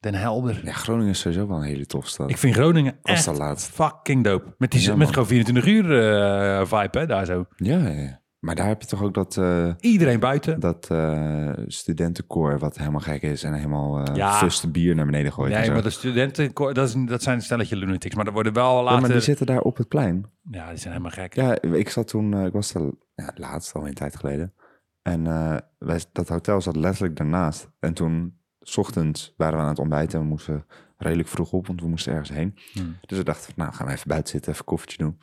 A: Den Helder.
B: Ja, Groningen is sowieso wel een hele toffe stad.
A: Ik vind Groningen
B: Als
A: echt
B: de laatste.
A: fucking dope. Met, die,
B: Ja,
A: met
B: man.
A: gewoon 24 uur eh, vibe, hè, daar zo.
B: Ja, ja, ja. Maar daar heb je toch ook dat, eh,
A: Iedereen buiten.
B: dat eh, studentenkoor wat helemaal gek is en helemaal eh
A: Ja.
B: fuste bier naar beneden gooit. en
A: Nee,
B: zo.
A: maar de studenten, dat, is, dat zijn een stelletje lunatics. Maar er worden wel
B: Ja,
A: later...
B: maar die zitten daar op het plein.
A: Ja, die zijn helemaal gek.
B: Ja, ik zat toen, eh, ik was daar ja, laatst al een tijd geleden. En eh, wij, dat hotel zat letterlijk daarnaast. En toen, 's ochtends, waren we aan het ontbijten. en We moesten redelijk vroeg op, want we moesten ergens heen.
A: Hmm.
B: Dus we dachten, van, nou, gaan we even buiten zitten, even koffietje doen.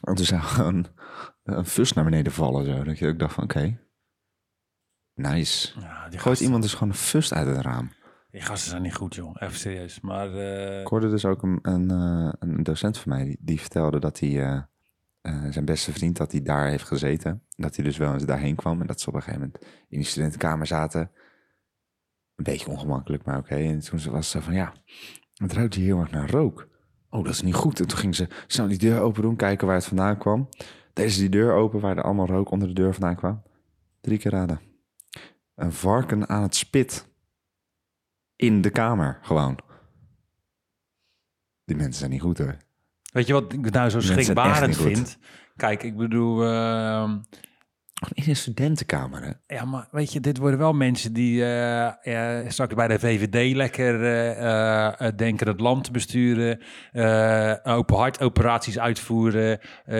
B: En toen zou gewoon een fus naar beneden vallen. Zo. Dat je ook dacht van, oké, nice.
A: Ja, die,
B: Gooit
A: gasten,
B: iemand dus gewoon een fus uit het raam.
A: die gasten zijn niet goed, jong. Even serieus. Maar eh,
B: Ik hoorde dus ook een, een, eh, een docent van mij, die, die vertelde dat hij, eh, eh, zijn beste vriend, dat hij daar heeft gezeten. Dat hij dus wel eens daarheen kwam en dat ze op een gegeven moment in die studentenkamer zaten. Een beetje ongemakkelijk, maar oké. En toen ze- was ze van, ja, het ruikt hier heel erg naar rook. Oh, dat is niet goed. En toen ging ze snel die deur open doen, kijken waar het vandaan kwam. Deze die deur open, waar er allemaal rook onder de deur vandaan kwam. Drie keer raden. Een varken aan het spit. In de kamer, gewoon. Die mensen zijn niet goed hoor.
A: weet je wat ik nou zo
B: Mensen zijn
A: schrikbarend
B: echt niet goed.
A: vind? Kijk, ik bedoel... ehm,
B: In een studentenkamer, hè?
A: ja, maar weet je, dit worden wel mensen die eh, eh, straks bij de VVD lekker eh, eh, eh, denken het land te besturen, eh open hart operaties uitvoeren, eh,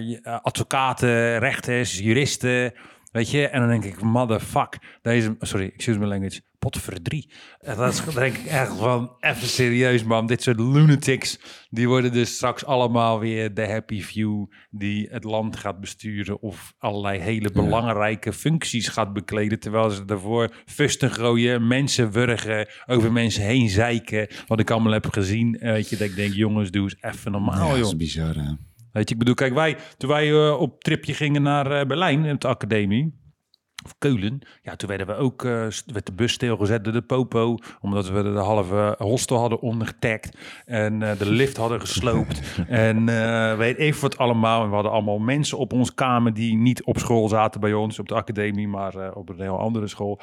A: je- eh, advocaten, rechters, juristen, weet je. En dan denk ik, motherfuck, deze, sorry, excuse my language, potverdrie. En dat is, dan denk ik echt van, even serieus man, dit soort lunatics, die worden dus straks allemaal weer de happy few die het land gaat besturen of allerlei hele belangrijke functies gaat bekleden, terwijl ze daarvoor fusten gooien, mensen wurgen, over mensen heen zeiken, wat ik allemaal heb gezien, eh, weet je, dat ik denk, jongens, doe eens even normaal,
B: Oh, ja, dat
A: joh.
B: is bizar, hè?
A: Weet je, ik bedoel, kijk, wij, toen wij eh, op tripje gingen naar eh, Berlijn, op de academie, of Keulen, ja, toen werden we ook, eh, st- werd de bus stilgezet door de popo, omdat we de halve eh, hostel hadden ondergetagd en eh, de lift hadden gesloopt en eh, weet even wat allemaal. En we hadden allemaal mensen op onze kamer die niet op school zaten bij ons, op de academie, maar eh, op een heel andere school.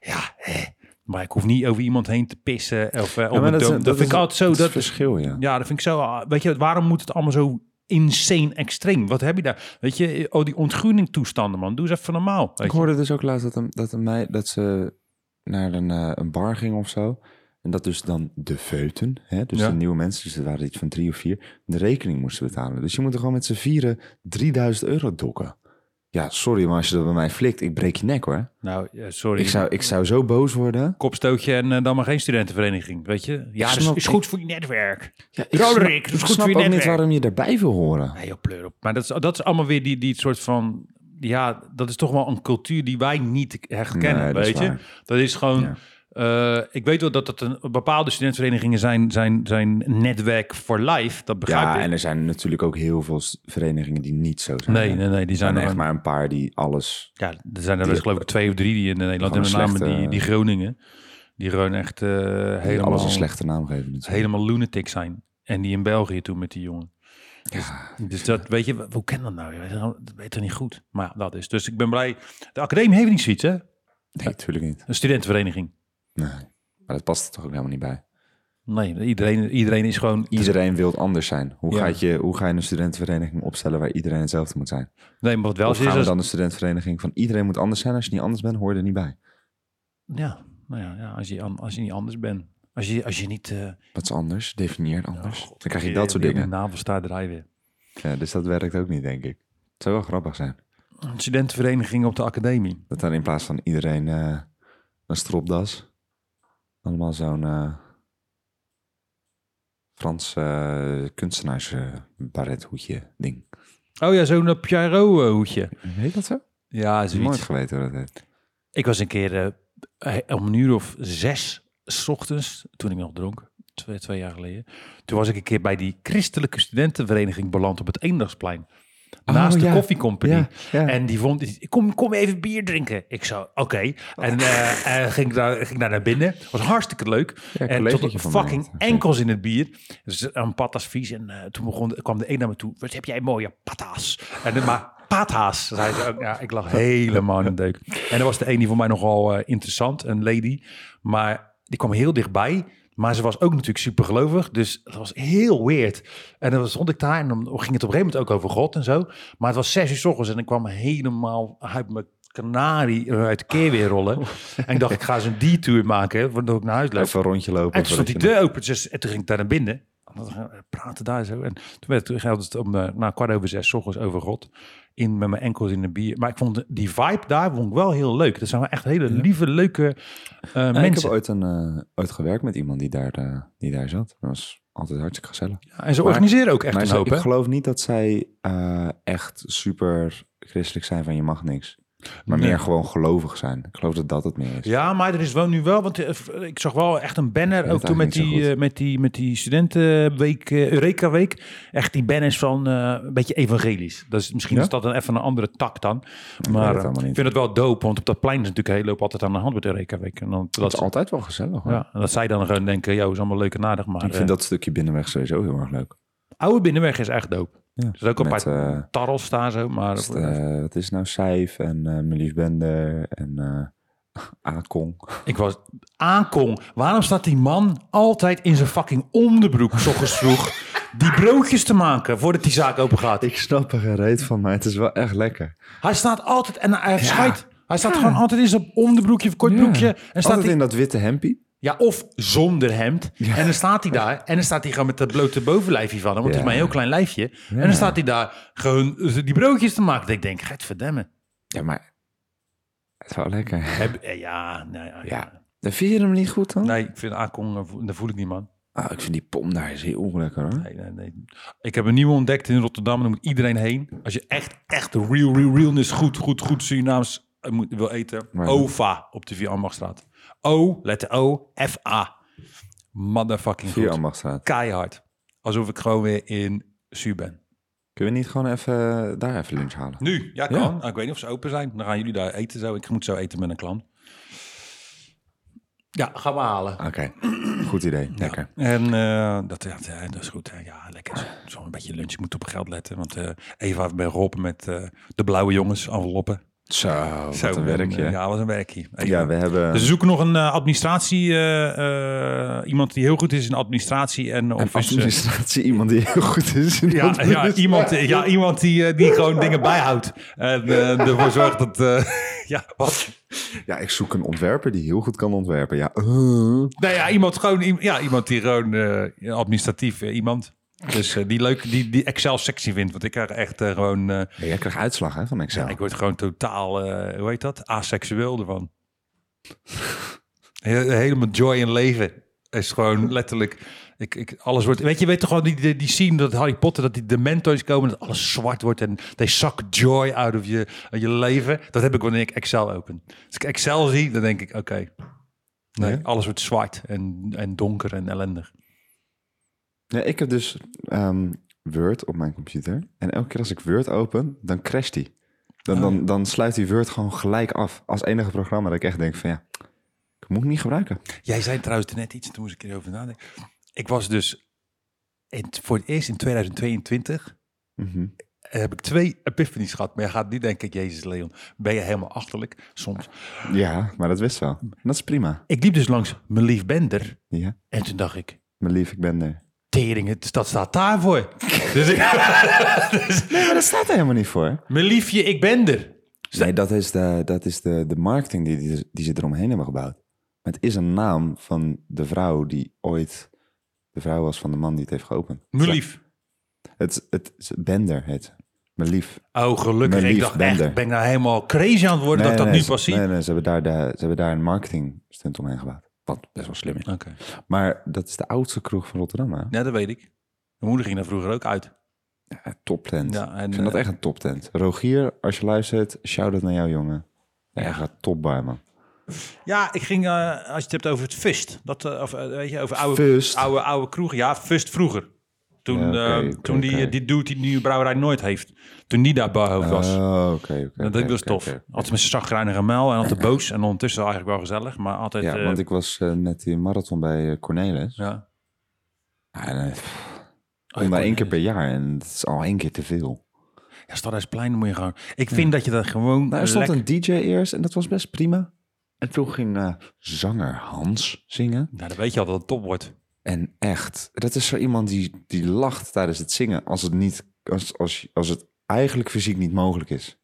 A: Ja, hè. maar ik hoef niet over iemand heen te pissen of eh, op een
B: Oh, dat,
A: doom. Dat, vind ik altijd zo,
B: dat
A: dat,
B: verschil, ja.
A: ja, dat vind ik zo. ah, Weet je, waarom moet het allemaal zo insane extreem? Wat heb je daar? Weet je, oh, die ontgroeningtoestanden, man. Doe eens even normaal.
B: Ik
A: Weet je.
B: hoorde dus ook laatst dat een, dat een meid, dat ze naar een, eh, een bar ging of zo. En dat dus dan de feuten, hè, dus
A: Ja.
B: de nieuwe mensen, dus er waren iets van drie of vier, de rekening moesten betalen. Dus je moet er gewoon met z'n vieren 3000 euro dokken. Ja, sorry, maar als je dat bij mij flikt, ik breek je nek hoor.
A: Nou, eh, sorry.
B: Ik zou, ik zou zo boos worden.
A: Kopstootje en eh, dan maar geen studentenvereniging, weet je? Ja, dat is,
B: snap-
A: is goed voor je netwerk.
B: Ja,
A: ik Roderick, snap- dat is
B: ik
A: goed voor
B: snap
A: je
B: ook niet
A: netwerk.
B: waarom je daarbij wil horen.
A: Nee, joh, pleur op. Maar dat is, dat is allemaal weer die, die soort van... Ja, dat is toch wel een cultuur die wij niet echt kennen,
B: Nee, dat is
A: weet je?
B: waar.
A: Dat is gewoon... eh, ik weet wel dat, dat een, bepaalde studentenverenigingen zijn, zijn, zijn netwerk voor life. Dat begrijp
B: Ja,
A: ik.
B: en er zijn natuurlijk ook heel veel s- verenigingen die niet zo zijn.
A: nee,
B: hè.
A: nee, nee, die
B: Er
A: zijn
B: zijn
A: er
B: echt
A: gewoon-
B: maar een paar die alles...
A: Ja, er zijn er dus geloof ik twee of drie die in Nederland
B: Gewoon
A: hebben.
B: een
A: Met name
B: slechte-
A: die, die Groningen. Die gewoon echt eh,
B: Helemaal,
A: helemaal,
B: alles een slechte naam geven natuurlijk.
A: helemaal lunatic zijn. En die in België toen met die jongen.
B: Ja,
A: Dus dat, weet je, hoe ken dat nou? Je weet het- Dat weet het niet goed. Maar ja, dat is. Dus ik ben blij. De academie heeft niet zoiets, hè?
B: nee, natuurlijk niet.
A: Een studentenvereniging.
B: Nee. Maar dat past er toch ook helemaal niet bij.
A: Nee, iedereen, iedereen is gewoon...
B: Iedereen wil anders zijn. Hoe,
A: Ja.
B: ga je, hoe ga je een studentenvereniging opstellen waar iedereen hetzelfde moet zijn?
A: Nee, maar wat wel
B: of
A: is...
B: gaan we
A: is
B: dan een studentenvereniging van iedereen moet anders zijn? Als je niet anders bent, hoor je er niet bij.
A: Ja, nou ja, ja als, je, an- als je niet anders bent. Als je, als je niet... eh,
B: Wat is anders? Definieer anders.
A: oh,
B: dan krijg je dat soort
A: die- die
B: dingen.
A: Navelstaarderij weer.
B: Ja, dus dat werkt ook niet, denk ik. Het zou wel grappig zijn.
A: Een studentenvereniging op de academie.
B: Dat dan in plaats van iedereen eh, een stropdas, allemaal zo'n eh, Frans eh kunstenaars eh, barethoedje ding.
A: Oh ja, zo'n eh, Pierrot eh, hoedje.
B: Heet dat zo?
A: Ja,
B: Nooit
A: zoiets.
B: geweten hoe dat heet.
A: Ik was een keer eh, eh, om een uur of zes 's ochtends, toen ik nog dronk, twee, twee jaar geleden. Toen was ik een keer bij die christelijke studentenvereniging beland op het Eendagsplein. Naast de
B: ja.
A: Coffee Company.
B: Ja, ja.
A: En die vond, die- kom, kom even bier drinken. Ik zo, oké. En eh, eh, ging, daar, ging daar naar binnen. Was hartstikke leuk. en
B: een
A: tot
B: collegaatje
A: de
B: van mij
A: fucking
B: had, ja.
A: enkels in het bier. Dus aan patas vies. En eh, toen begon, kwam de een naar me toe. Wat heb jij mooie patas? En, dan maar patas, zei ze ook. Ja, ik lag helemaal in de deuk. En dat was de een die voor mij nogal eh, interessant. Een lady. Maar die kwam heel dichtbij. Maar ze was ook natuurlijk supergelovig. Dus dat was heel weird. En dan stond ik daar en dan ging het op een gegeven moment ook over God en zo. Maar het was zes uur s ochtends en ik kwam helemaal uit mijn kanarie eh, uit de keer weer rollen. en ik dacht, ik ga eens een detour maken, voordat ik naar huis loop.
B: Even een rondje lopen.
A: En toen stond die
B: voordat je-
A: deur open. Dus, en toen ging ik daar naar binnen. En dan gaan we praten daar zo. En toen werd toen ging het om eh, na kwart over zes 's ochtends over God. In, met mijn enkels in de bier. Maar ik vond die vibe daar vond ik wel heel leuk. Dat zijn wel echt hele lieve, leuke eh,
B: Ja, ik heb
A: mensen.
B: ooit, een, eh, ooit gewerkt met iemand die daar, eh, die daar zat. Dat was altijd hartstikke gezellig.
A: Ja, en ze
B: maar-
A: organiseren ook echt
B: maar
A: een
B: ze-
A: hoop.
B: ik
A: hè?
B: geloof niet dat zij eh, echt super christelijk zijn van je mag niks. Maar
A: Nee.
B: meer gewoon gelovig zijn. Ik geloof dat dat het meer is.
A: Ja, maar er is wel nu wel, want eh, v- ik zag wel echt een banner,
B: weet
A: ook
B: het
A: toen met
B: eigenlijk niet zo
A: die, eh, met,
B: goed.
A: die, met die studentenweek, eh, Eureka Week, echt die banners van eh, een beetje evangelisch. Dus misschien
B: Ja?
A: is dat dan even een andere tak dan.
B: weet
A: Maar
B: het
A: eh, ik,
B: allemaal niet.
A: vind het wel dope, want op dat plein is natuurlijk heel loop altijd aan de hand met Eureka Week. En dan,
B: dat is
A: dat,
B: altijd wel gezellig. hoor.
A: ja, en dat zij dan gewoon denken, joh, is allemaal leuk en aardig, maar eh,
B: ik vind dat stukje binnenweg sowieso heel erg leuk.
A: oude binnenweg is echt dope.
B: Ja.
A: Er zit ook een
B: Met,
A: paar
B: eh,
A: tarrels daar zo, maar...
B: is het, eh, wat is het nou? Sijf en eh Melis Bender en eh Akong.
A: Ik was aankong. Waarom staat die man altijd in zijn fucking onderbroek, s ochtends vroeg, die broodjes te maken voordat die zaak open gaat?
B: Ik snap er geen reet van, maar het is wel echt lekker.
A: Hij staat altijd en hij scheidt. Hij staat gewoon altijd in zijn onderbroekje of kort broekje. En staat
B: Altijd
A: hij,
B: in dat witte hempie.
A: ja, of zonder hemd. En dan staat hij daar. En dan staat hij gewoon met dat blote bovenlijfje van hem. Want het is
B: Ja.
A: maar een heel klein lijfje. En dan staat hij daar gewoon die broodjes te maken. Dat ik denk, gaat verdemmen.
B: Ja, maar het is wel lekker.
A: Ja, nou ja.
B: Ja. Dan vind je hem niet goed dan?
A: Nee, ik vind aankong, eh, vo- daar voel ik niet, man.
B: Ah, ik vind die pom daar is heel onlekker hoor.
A: Nee, nee, nee. Ik heb een nieuwe ontdekt in Rotterdam en daar moet iedereen heen. Als je echt, echt real, real, realness goed, goed, goed Surinaams eh, moet, wil eten.
B: Waar dan?
A: OVA op de Via Ambachtstraat. O, letter O, F-A. Motherfucking
B: Via
A: goed.
B: Ambachtstraat.
A: Keihard. Alsof ik gewoon weer in Zuur ben.
B: Kunnen we niet gewoon even eh, daar even lunch halen?
A: Nu? Ja, kan. Ah, Ik weet niet of ze open zijn. Dan gaan jullie daar eten zo. Ik moet zo eten met een klant. Ja, gaan we halen.
B: Oké, goed idee. Lekker.
A: En eh, dat, ja, ja, dat is goed. Hè. Ja, lekker. Zo- Zo'n beetje lunch. Ik moet op geld letten. Want eh, Eva heeft me geholpen met eh, de blauwe jongens enveloppen.
B: Zo, wat
A: Zo,
B: een werkje.
A: en, eh,
B: ja.
A: ja, wat een werkje. Eva.
B: we hebben...
A: Dus we zoeken nog een eh, administratie. eh, eh, iemand die heel goed is in administratie. En,
B: een
A: of is, eh,
B: administratie, iemand die heel goed is in de
A: ja, ja,
B: administratie.
A: iemand, ja, iemand die, eh, die gewoon dingen bijhoudt. En eh, ervoor zorgt dat... eh, ja, wat?
B: Ja, ik zoek een ontwerper die heel goed kan ontwerpen. Ja, eh.
A: Nou ja, iemand, gewoon, i- ja, iemand die gewoon eh, administratief eh, iemand... Dus eh, die leuk, die, die Excel-sectie vindt. Want ik krijg echt eh, gewoon eh,
B: Ja, jij krijgt uitslag hè, van Excel.
A: Ja, ik word gewoon totaal, eh, hoe heet dat? Aseksueel ervan. He- Helemaal joy in leven. Is gewoon letterlijk. Ik, ik, alles wordt. Weet je, weet toch gewoon die, die, die scene dat Harry Potter, dat die dementors komen, dat alles zwart wordt en they suck joy out of je, je leven. Dat heb ik wanneer ik Excel open. Als ik Excel zie, dan denk ik: oké, nee,
B: Ja?
A: alles wordt zwart en, en donker en ellendig.
B: Ja, ik heb dus ehm, Word op mijn computer. En elke keer als ik Word open, dan crasht die. Dan, dan, dan sluit die Word gewoon gelijk af. Als enige programma dat ik echt denk van ja, ik moet hem niet gebruiken.
A: Jij zei trouwens net iets, toen moest ik erover nadenken. Ik was dus in, voor het eerst in 2022
B: Mhm.
A: heb ik twee epiphanies gehad. Maar je gaat nu denken, Jezus Leon, ben je helemaal achterlijk soms.
B: Ja, maar dat wist wel. En dat is prima.
A: Ik liep dus langs mijn lief Bender.
B: Ja,
A: En toen dacht ik,
B: mijn lief, ik ben er.
A: tering, het- dat staat daarvoor. dus ik,
B: Nee, maar dat staat er helemaal niet voor.
A: mijn liefje, ik ben er.
B: Nee, Dus dat is de, dat is de, de marketing die, die, die ze eromheen hebben gebouwd. Maar het is een naam van de vrouw die ooit de vrouw was van de man die het heeft geopend.
A: Mijn lief.
B: Het, het, is Bender heet ze. Mijn lief.
A: Oh, gelukkig.
B: Mijn
A: ik
B: lief
A: dacht echt,
B: Bender.
A: ben ik nou helemaal crazy aan het worden dat ik dat
B: nee,
A: nu
B: ze-
A: pas zie?
B: Nee, nee, ze hebben daar, de, ze hebben daar een marketing stunt omheen gebouwd. Wat best wel slim is.
A: Oké.
B: Maar dat is de oudste kroeg van Rotterdam, hè?
A: Ja, dat weet ik. Mijn moeder ging daar vroeger ook uit.
B: Ja, toptent.
A: Ja, en,
B: ik vind dat
A: eh,
B: echt een toptent. Rogier, als je luistert, shout-out naar jou, jongen. Ja, hij gaat topbar, man.
A: Ja, ik ging, eh, als je het hebt over het Fust. Dat, eh, of, eh, weet je, over oude,
B: Fust?
A: oude, oude kroegen. Ja, Fust vroeger. Toen,
B: Ja, oké,
A: eh,
B: oké,
A: toen die,
B: oké.
A: eh, die dude die nu Brouwerij Nooit heeft. Toen die daar barhoofd was.
B: Oh, oké, oké.
A: dat
B: oké,
A: ik was
B: oké,
A: tof.
B: oké.
A: Altijd met zijn zagrijnige mel en altijd boos. En ondertussen eigenlijk wel gezellig. Maar altijd...
B: Ja,
A: eh,
B: want ik was eh, net die marathon bij eh, Cornelis.
A: ja. Oh,
B: Ja, en, eh, pff, kom daar één keer per jaar en dat is al één keer te veel.
A: Ja, Stadhuisplein moet je gewoon... Ik vind dat je dat gewoon
B: Nou, er
A: eh,
B: stond
A: lekker-
B: een DJ eerst en dat was best prima. En toen ging eh, zanger Hans zingen.
A: Nou, dan weet je al dat het top wordt.
B: En echt, dat is zo iemand die, die lacht tijdens het zingen als het, niet, als, als, als het eigenlijk fysiek niet mogelijk is. Snap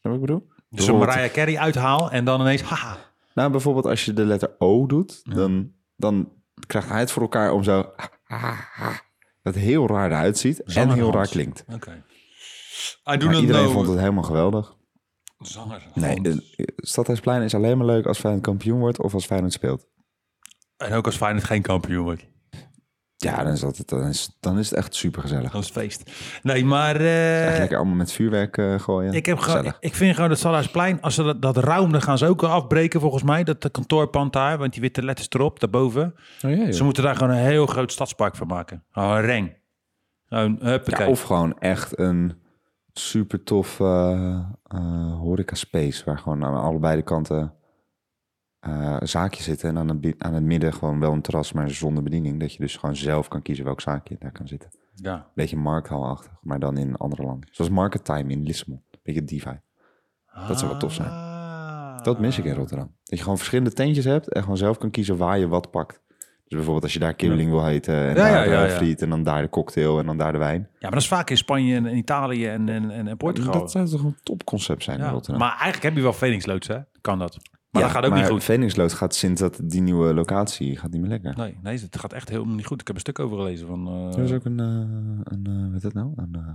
B: je wat ik bedoel?
A: Dus een
B: Bijvoorbeeld-
A: Mariah Carey uithaal en dan ineens... Haha.
B: Nou, bijvoorbeeld als je de letter O doet, dan, dan krijgt hij het voor elkaar om zo... Dat heel raar eruit ziet en
A: Zanger
B: heel raar
A: Hans.
B: klinkt.
A: Oké. I do
B: Maar
A: not
B: iedereen
A: know.
B: vond het helemaal geweldig.
A: Zanger.
B: Nee, eh, Stadhuisplein is alleen maar leuk als Feyenoord kampioen wordt of als Feyenoord speelt.
A: En ook als Feyenoord geen kampioen wordt.
B: Ja, dan is, dat het, dan is, dan is het echt supergezellig.
A: Dat is feest. Nee, maar eh,
B: Echt lekker allemaal met vuurwerk eh, gooien.
A: ik, heb gewoon,
B: Gezellig.
A: ik vind gewoon dat Stadhuisplein, als ze dat, dat ruim, dan gaan ze ook afbreken volgens mij. Dat de kantoorpand daar, want die witte letters erop, daarboven. Ze moeten daar gewoon een heel groot stadspark van maken. Gewoon een reng. Gewoon,
B: Ja,
A: huppakee.
B: of gewoon echt een super tof eh, horeca space waar gewoon aan allebei de kanten eh, zaakjes zitten. En aan het, bi- aan het midden gewoon wel een terras, maar zonder bediening. Dat je dus gewoon zelf kan kiezen welk zaakje daar kan zitten.
A: ja.
B: Beetje markthalachtig, maar dan in een andere land. Zoals Market Time in Lissabon. Beetje diva. Dat zou wel tof zijn.
A: Ah.
B: Dat mis ik in Rotterdam. Dat je gewoon verschillende tentjes hebt en gewoon zelf kan kiezen waar je wat pakt. Dus bijvoorbeeld als je daar kibbeling wil heten en
A: Ja,
B: daar
A: ja, ja,
B: eh,
A: ja.
B: friet en dan daar de cocktail en dan daar de wijn.
A: Ja, maar dat is vaak in Spanje en in Italië en, en, en, en Portugal.
B: Dat zou toch een topconcept zijn in
A: ja.
B: Rotterdam.
A: Maar eigenlijk heb je wel Veningsloods, hè? Kan dat. Maar
B: Ja,
A: dat gaat ook
B: maar
A: niet goed.
B: Veningsloot gaat sinds dat die nieuwe locatie gaat niet meer lekker.
A: Nee, nee, het gaat echt helemaal niet goed. Ik heb een stuk over gelezen van... eh,
B: Er is ook een, eh een eh, wat is dat nou? Een, eh,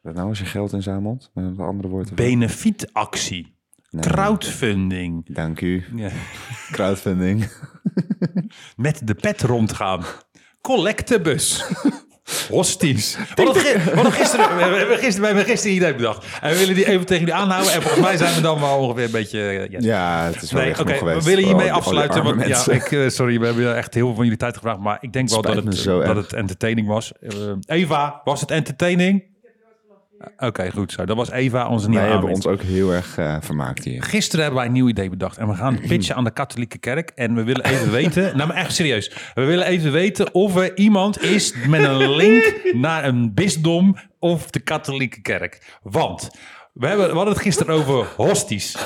B: wat nou als je geld inzamelt? Met een andere woord.
A: benefietactie.
B: Nee.
A: Crowdfunding.
B: Dank u.
A: Ja.
B: Crowdfunding.
A: Met de pet rondgaan. Collectebus. Hosties. We hadden, gi- we hadden gisteren, we hebben gisteren, we hebben gisteren een idee bedacht. En we willen die even tegen die aanhouden. En volgens mij zijn we dan wel ongeveer een beetje... eh, ja.
B: Ja, het is wel
A: Nee,
B: echt
A: oké,
B: nog
A: we
B: geweest.
A: willen
B: Oh,
A: hiermee
B: die- oh, die
A: afsluiten.
B: arme
A: Want, ja,
B: mensen.
A: ik, eh, sorry, we hebben echt heel veel van jullie tijd gevraagd. Maar ik denk wel
B: Spijt
A: dat het,
B: me zo
A: dat
B: erg.
A: het entertaining was. Eh, Eva, was het entertaining? Oké, goed zo. Dat was Eva, onze nieuwe
B: Wij hebben
A: aanwinst.
B: ons ook heel erg eh, vermaakt hier.
A: Gisteren hebben wij een nieuw idee bedacht. En we gaan het pitchen aan de katholieke kerk. En we willen even weten... Nou, maar echt serieus. We willen even weten of er iemand is met een link naar een bisdom of de katholieke kerk. Want we, hebben, we hadden het gisteren over hosties.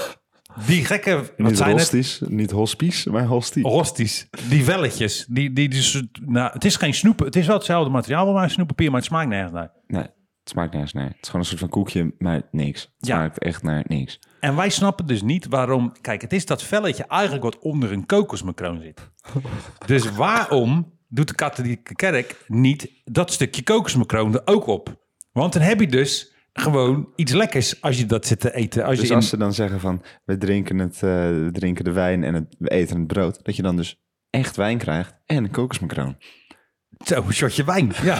A: Die gekke... Wat
B: Niet
A: zijn het?
B: hosties, niet hospice, maar hostie.
A: Rosties. Die velletjes. Die, die, die, soort- nou, het is geen snoep. Het is wel hetzelfde materiaal, maar een snoeppapier, maar het smaakt nergens naar.
B: Nee, het smaakt nergens naar. Het is gewoon een soort van koekje, maar niks. Het
A: Ja.
B: smaakt echt naar niks.
A: En wij snappen dus niet waarom... Kijk, het is dat velletje eigenlijk wat onder een kokosmacroon zit. Dus waarom doet de katholieke kerk niet dat stukje kokosmacroon er ook op? Want dan heb je dus gewoon iets lekkers als je dat zit te eten. Als
B: Dus
A: je in-
B: als ze dan zeggen van we drinken, het, eh, we drinken de wijn en het, we eten het brood, dat je dan dus echt wijn krijgt en een kokosmacroon.
A: Zo, een shotje wijn. Ja,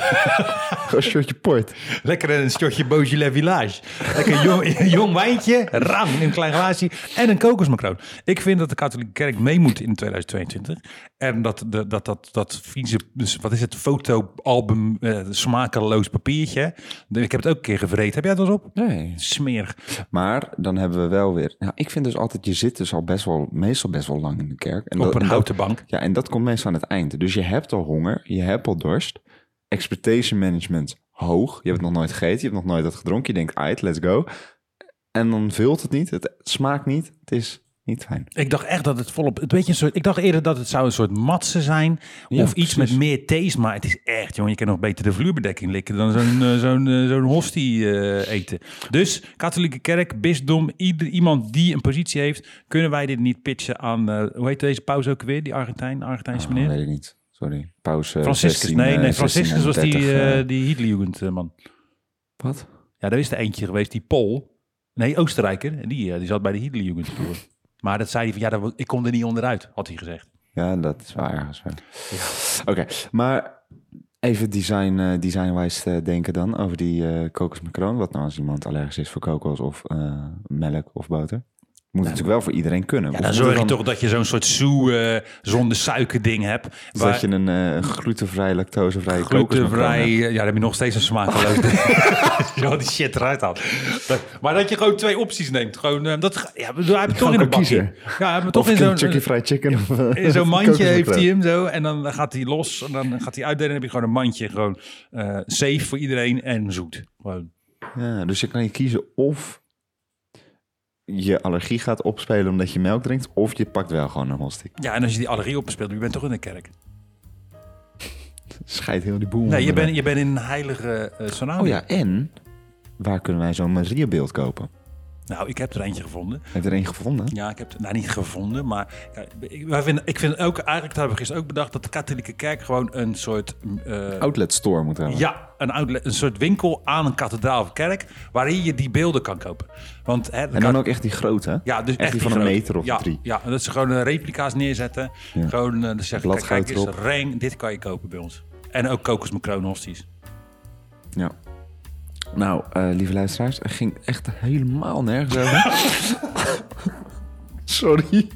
B: Een shotje port.
A: lekker een shotje Beaujolais Village. Lekker jong, jong wijntje, rang in een klein glaasje en een kokosmacroon. Ik vind dat de katholieke kerk mee moet in 2022. En dat de, dat, dat, dat vieze, dus wat is het, fotoalbum, eh, smakeloos papiertje. Ik heb het ook een keer gevreten. Heb jij dat eens op?
B: Nee.
A: Smerig.
B: Maar dan hebben we wel weer... Nou, ik vind dus altijd, je zit dus al best wel, meestal best wel lang in de kerk. En
A: Op een
B: dat- en dat-
A: houten bank.
B: Ja, en dat komt meestal aan het eind. Dus je hebt al honger, je hebt al dorst. Expectation management hoog. Je hebt nog nooit gegeten, je hebt nog nooit dat gedronken. Je denkt, uit, let's go. En dan vult het niet, het smaakt niet, het is niet fijn.
A: Ik dacht echt dat het volop... Het beetje een soort, ik dacht eerder dat het zou een soort matse zijn.
B: Ja,
A: of iets
B: precies.
A: met meer thees. Maar het is echt, jongen, je kan nog beter de vloerbedekking likken... dan zo'n eh, zo'n eh, zo'n hostie eh, eten. Dus, katholieke kerk, bisdom, ieder, iemand die een positie heeft... kunnen wij dit niet pitchen aan... eh, hoe heet deze pauze ook weer? Die Argentijn, Argentijnse
B: Oh,
A: meneer?
B: weet ik niet. Sorry. Pauze.
A: Franciscus.
B: 16,
A: nee,
B: eh,
A: nee, Franciscus was die,
B: 16,
A: eh
B: eh,
A: die Hitlerjugend, eh, man.
B: wat?
A: Ja, daar is er eentje geweest, die Pool. Nee, Oostenrijker. En die, eh, die zat bij de Hitlerjugend. Maar dat zei hij van, ja, dat- ik kom er niet onderuit, had hij gezegd.
B: Ja, dat is wel ergens. wel. Oké, maar even design, eh designwijs eh, denken dan over die eh kokosmacroon. Wat nou als iemand allergisch is voor kokos of eh, melk of boter? Moet natuurlijk wel voor iedereen kunnen.
A: Nou, Ja,
B: Of
A: dan
B: moet er
A: zorg je
B: dan-
A: toch dat je zo'n soort soe eh, zonder suiker ding hebt.
B: Dat
A: Waar
B: je een eh, glutenvrij, lactosevrij kokosmacroon
A: glutenvrij...
B: hebt.
A: eh, Ja, dan heb je nog steeds een smakeloos ding. Ja, die shit eruit haalt. Dat- Maar dat je gewoon twee opties neemt. Gewoon, eh, dat, ja, we hebben toch in
B: kan
A: een bakje.
B: kiezen.
A: Ja, maar toch
B: Of
A: in zo'n...
B: Kentucky Fried Chicken. of, eh,
A: In zo'n mandje
B: kokosmacroon.
A: heeft hij hem zo. En dan gaat hij los. En dan gaat hij uitdelen. En dan heb je gewoon een mandje. Gewoon eh, safe voor iedereen. En zoet. Gewoon.
B: Ja, dus je kan je kiezen of je allergie gaat opspelen omdat je melk drinkt, of je pakt wel gewoon een hostie.
A: Ja, en als je die allergie opspeelt. Je bent toch in de kerk.
B: Scheid heel die boel.
A: Nee, je
B: onder
A: bent, je bent in een heilige eh tsunami.
B: elkaar. Oh ja, en waar kunnen wij zo'n Mariabeeld kopen?
A: Nou, ik heb er eentje gevonden.
B: Heb je er een gevonden?
A: Ja, ik heb het nou niet gevonden, maar ja, ik, wij vinden, ik vind ook, eigenlijk dat hebben we gisteren ook bedacht, dat de katholieke kerk gewoon een soort, eh,
B: Outlet store moet hebben.
A: ja, een, outlet, een soort winkel aan een kathedraal of kerk, waarin je die beelden kan kopen. Want, hè, de
B: En dan
A: kat-
B: ook echt die grote, hè?
A: ja, dus echt,
B: echt die van
A: grote.
B: een meter of
A: ja,
B: drie.
A: Ja, en dat ze gewoon eh, replica's neerzetten.
B: Ja.
A: Gewoon eh, dan zeggen, kijk,
B: Bladgoud
A: kijk eens,
B: erop.
A: reng, dit kan je kopen bij ons. En ook kokosmacroon hosties.
B: Ja. Nou, eh, lieve luisteraars, het ging echt helemaal nergens over. Sorry.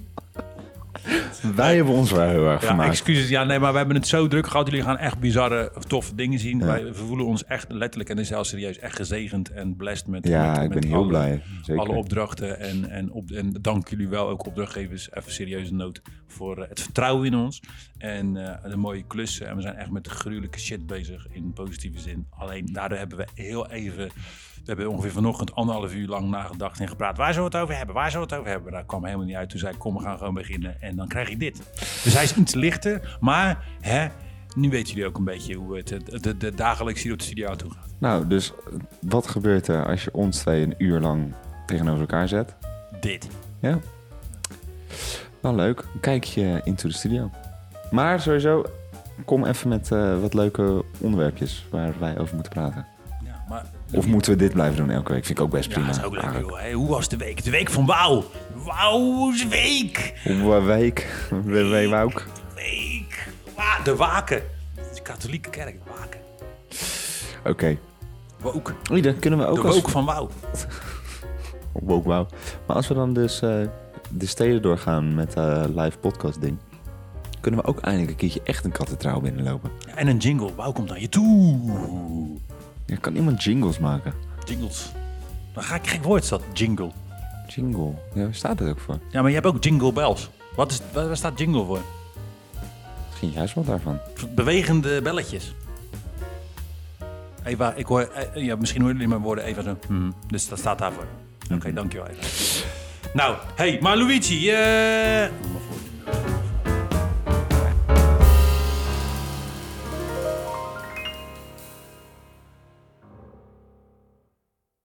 B: Wij hebben ons wel heel erg
A: Ja,
B: vermaakt.
A: excuses. Ja, nee, maar we hebben het zo druk gehad. Jullie gaan echt bizarre, toffe dingen zien. Wij voelen ons echt letterlijk en is zelfs serieus echt gezegend en blessed met met-
B: Ja, ik
A: met
B: ben heel
A: alle-
B: blij. Zeker.
A: Alle opdrachten en, en, op, en dank jullie wel, ook opdrachtgevers, even serieuze noot voor eh, het vertrouwen in ons. En eh, de mooie klussen. En we zijn echt met gruwelijke shit bezig in positieve zin. Alleen daardoor hebben we heel even, we hebben ongeveer vanochtend anderhalf uur lang nagedacht en gepraat. Waar zullen we het over hebben? Waar zullen we het over hebben? Daar kwam helemaal niet uit. Toen zei ik, kom we gaan gewoon beginnen en dan krijg je dit. Dus hij is iets lichter, maar hè, nu weten jullie ook een beetje hoe het de, de, de dagelijks hier op de studio aan toe gaat.
B: Nou, dus wat gebeurt er als je ons twee een uur lang tegenover elkaar zet?
A: Dit.
B: Ja. Wel leuk. Kijk je into de studio. Maar sowieso, kom even met eh, wat leuke onderwerpjes waar wij over moeten praten.
A: Ja, maar
B: Of moeten we dit blijven doen elke week? Vind ik ook best
A: Ja,
B: prima. Ah,
A: dat is ook leuk,
B: eigenlijk.
A: joh. Hey, hoe was de week? De week van Wauw. Wauw's week.
B: Op een week, we we- we ook.
A: Week. Wa- de Waken. De katholieke kerk, Waken.
B: Oké.
A: Wook.
B: Oei, dan kunnen we ook
A: de
B: als...
A: Wook van Wauw.
B: Woke, wauw. Maar als we dan dus eh, de steden doorgaan met eh live podcast ding... kunnen we ook eindelijk een keertje echt een kattentrouw binnenlopen.
A: Ja, en een jingle. Wauw komt naar je toe.
B: Ja, kan iemand jingles maken?
A: Jingles. Dan ga ik gek woord is dat, jingle.
B: Jingle. Ja, waar staat het ook voor?
A: Ja, maar je hebt ook jingle bells. Wat is, waar waar staat jingle voor?
B: Misschien juist wat daarvan.
A: Bewegende belletjes. Eva, ik hoor... eh, Ja, misschien horen jullie mijn woorden even zo. hmm, Dus dat staat daarvoor. Oké, dankjewel Eva. Nou, hey, maar Luigi, eh,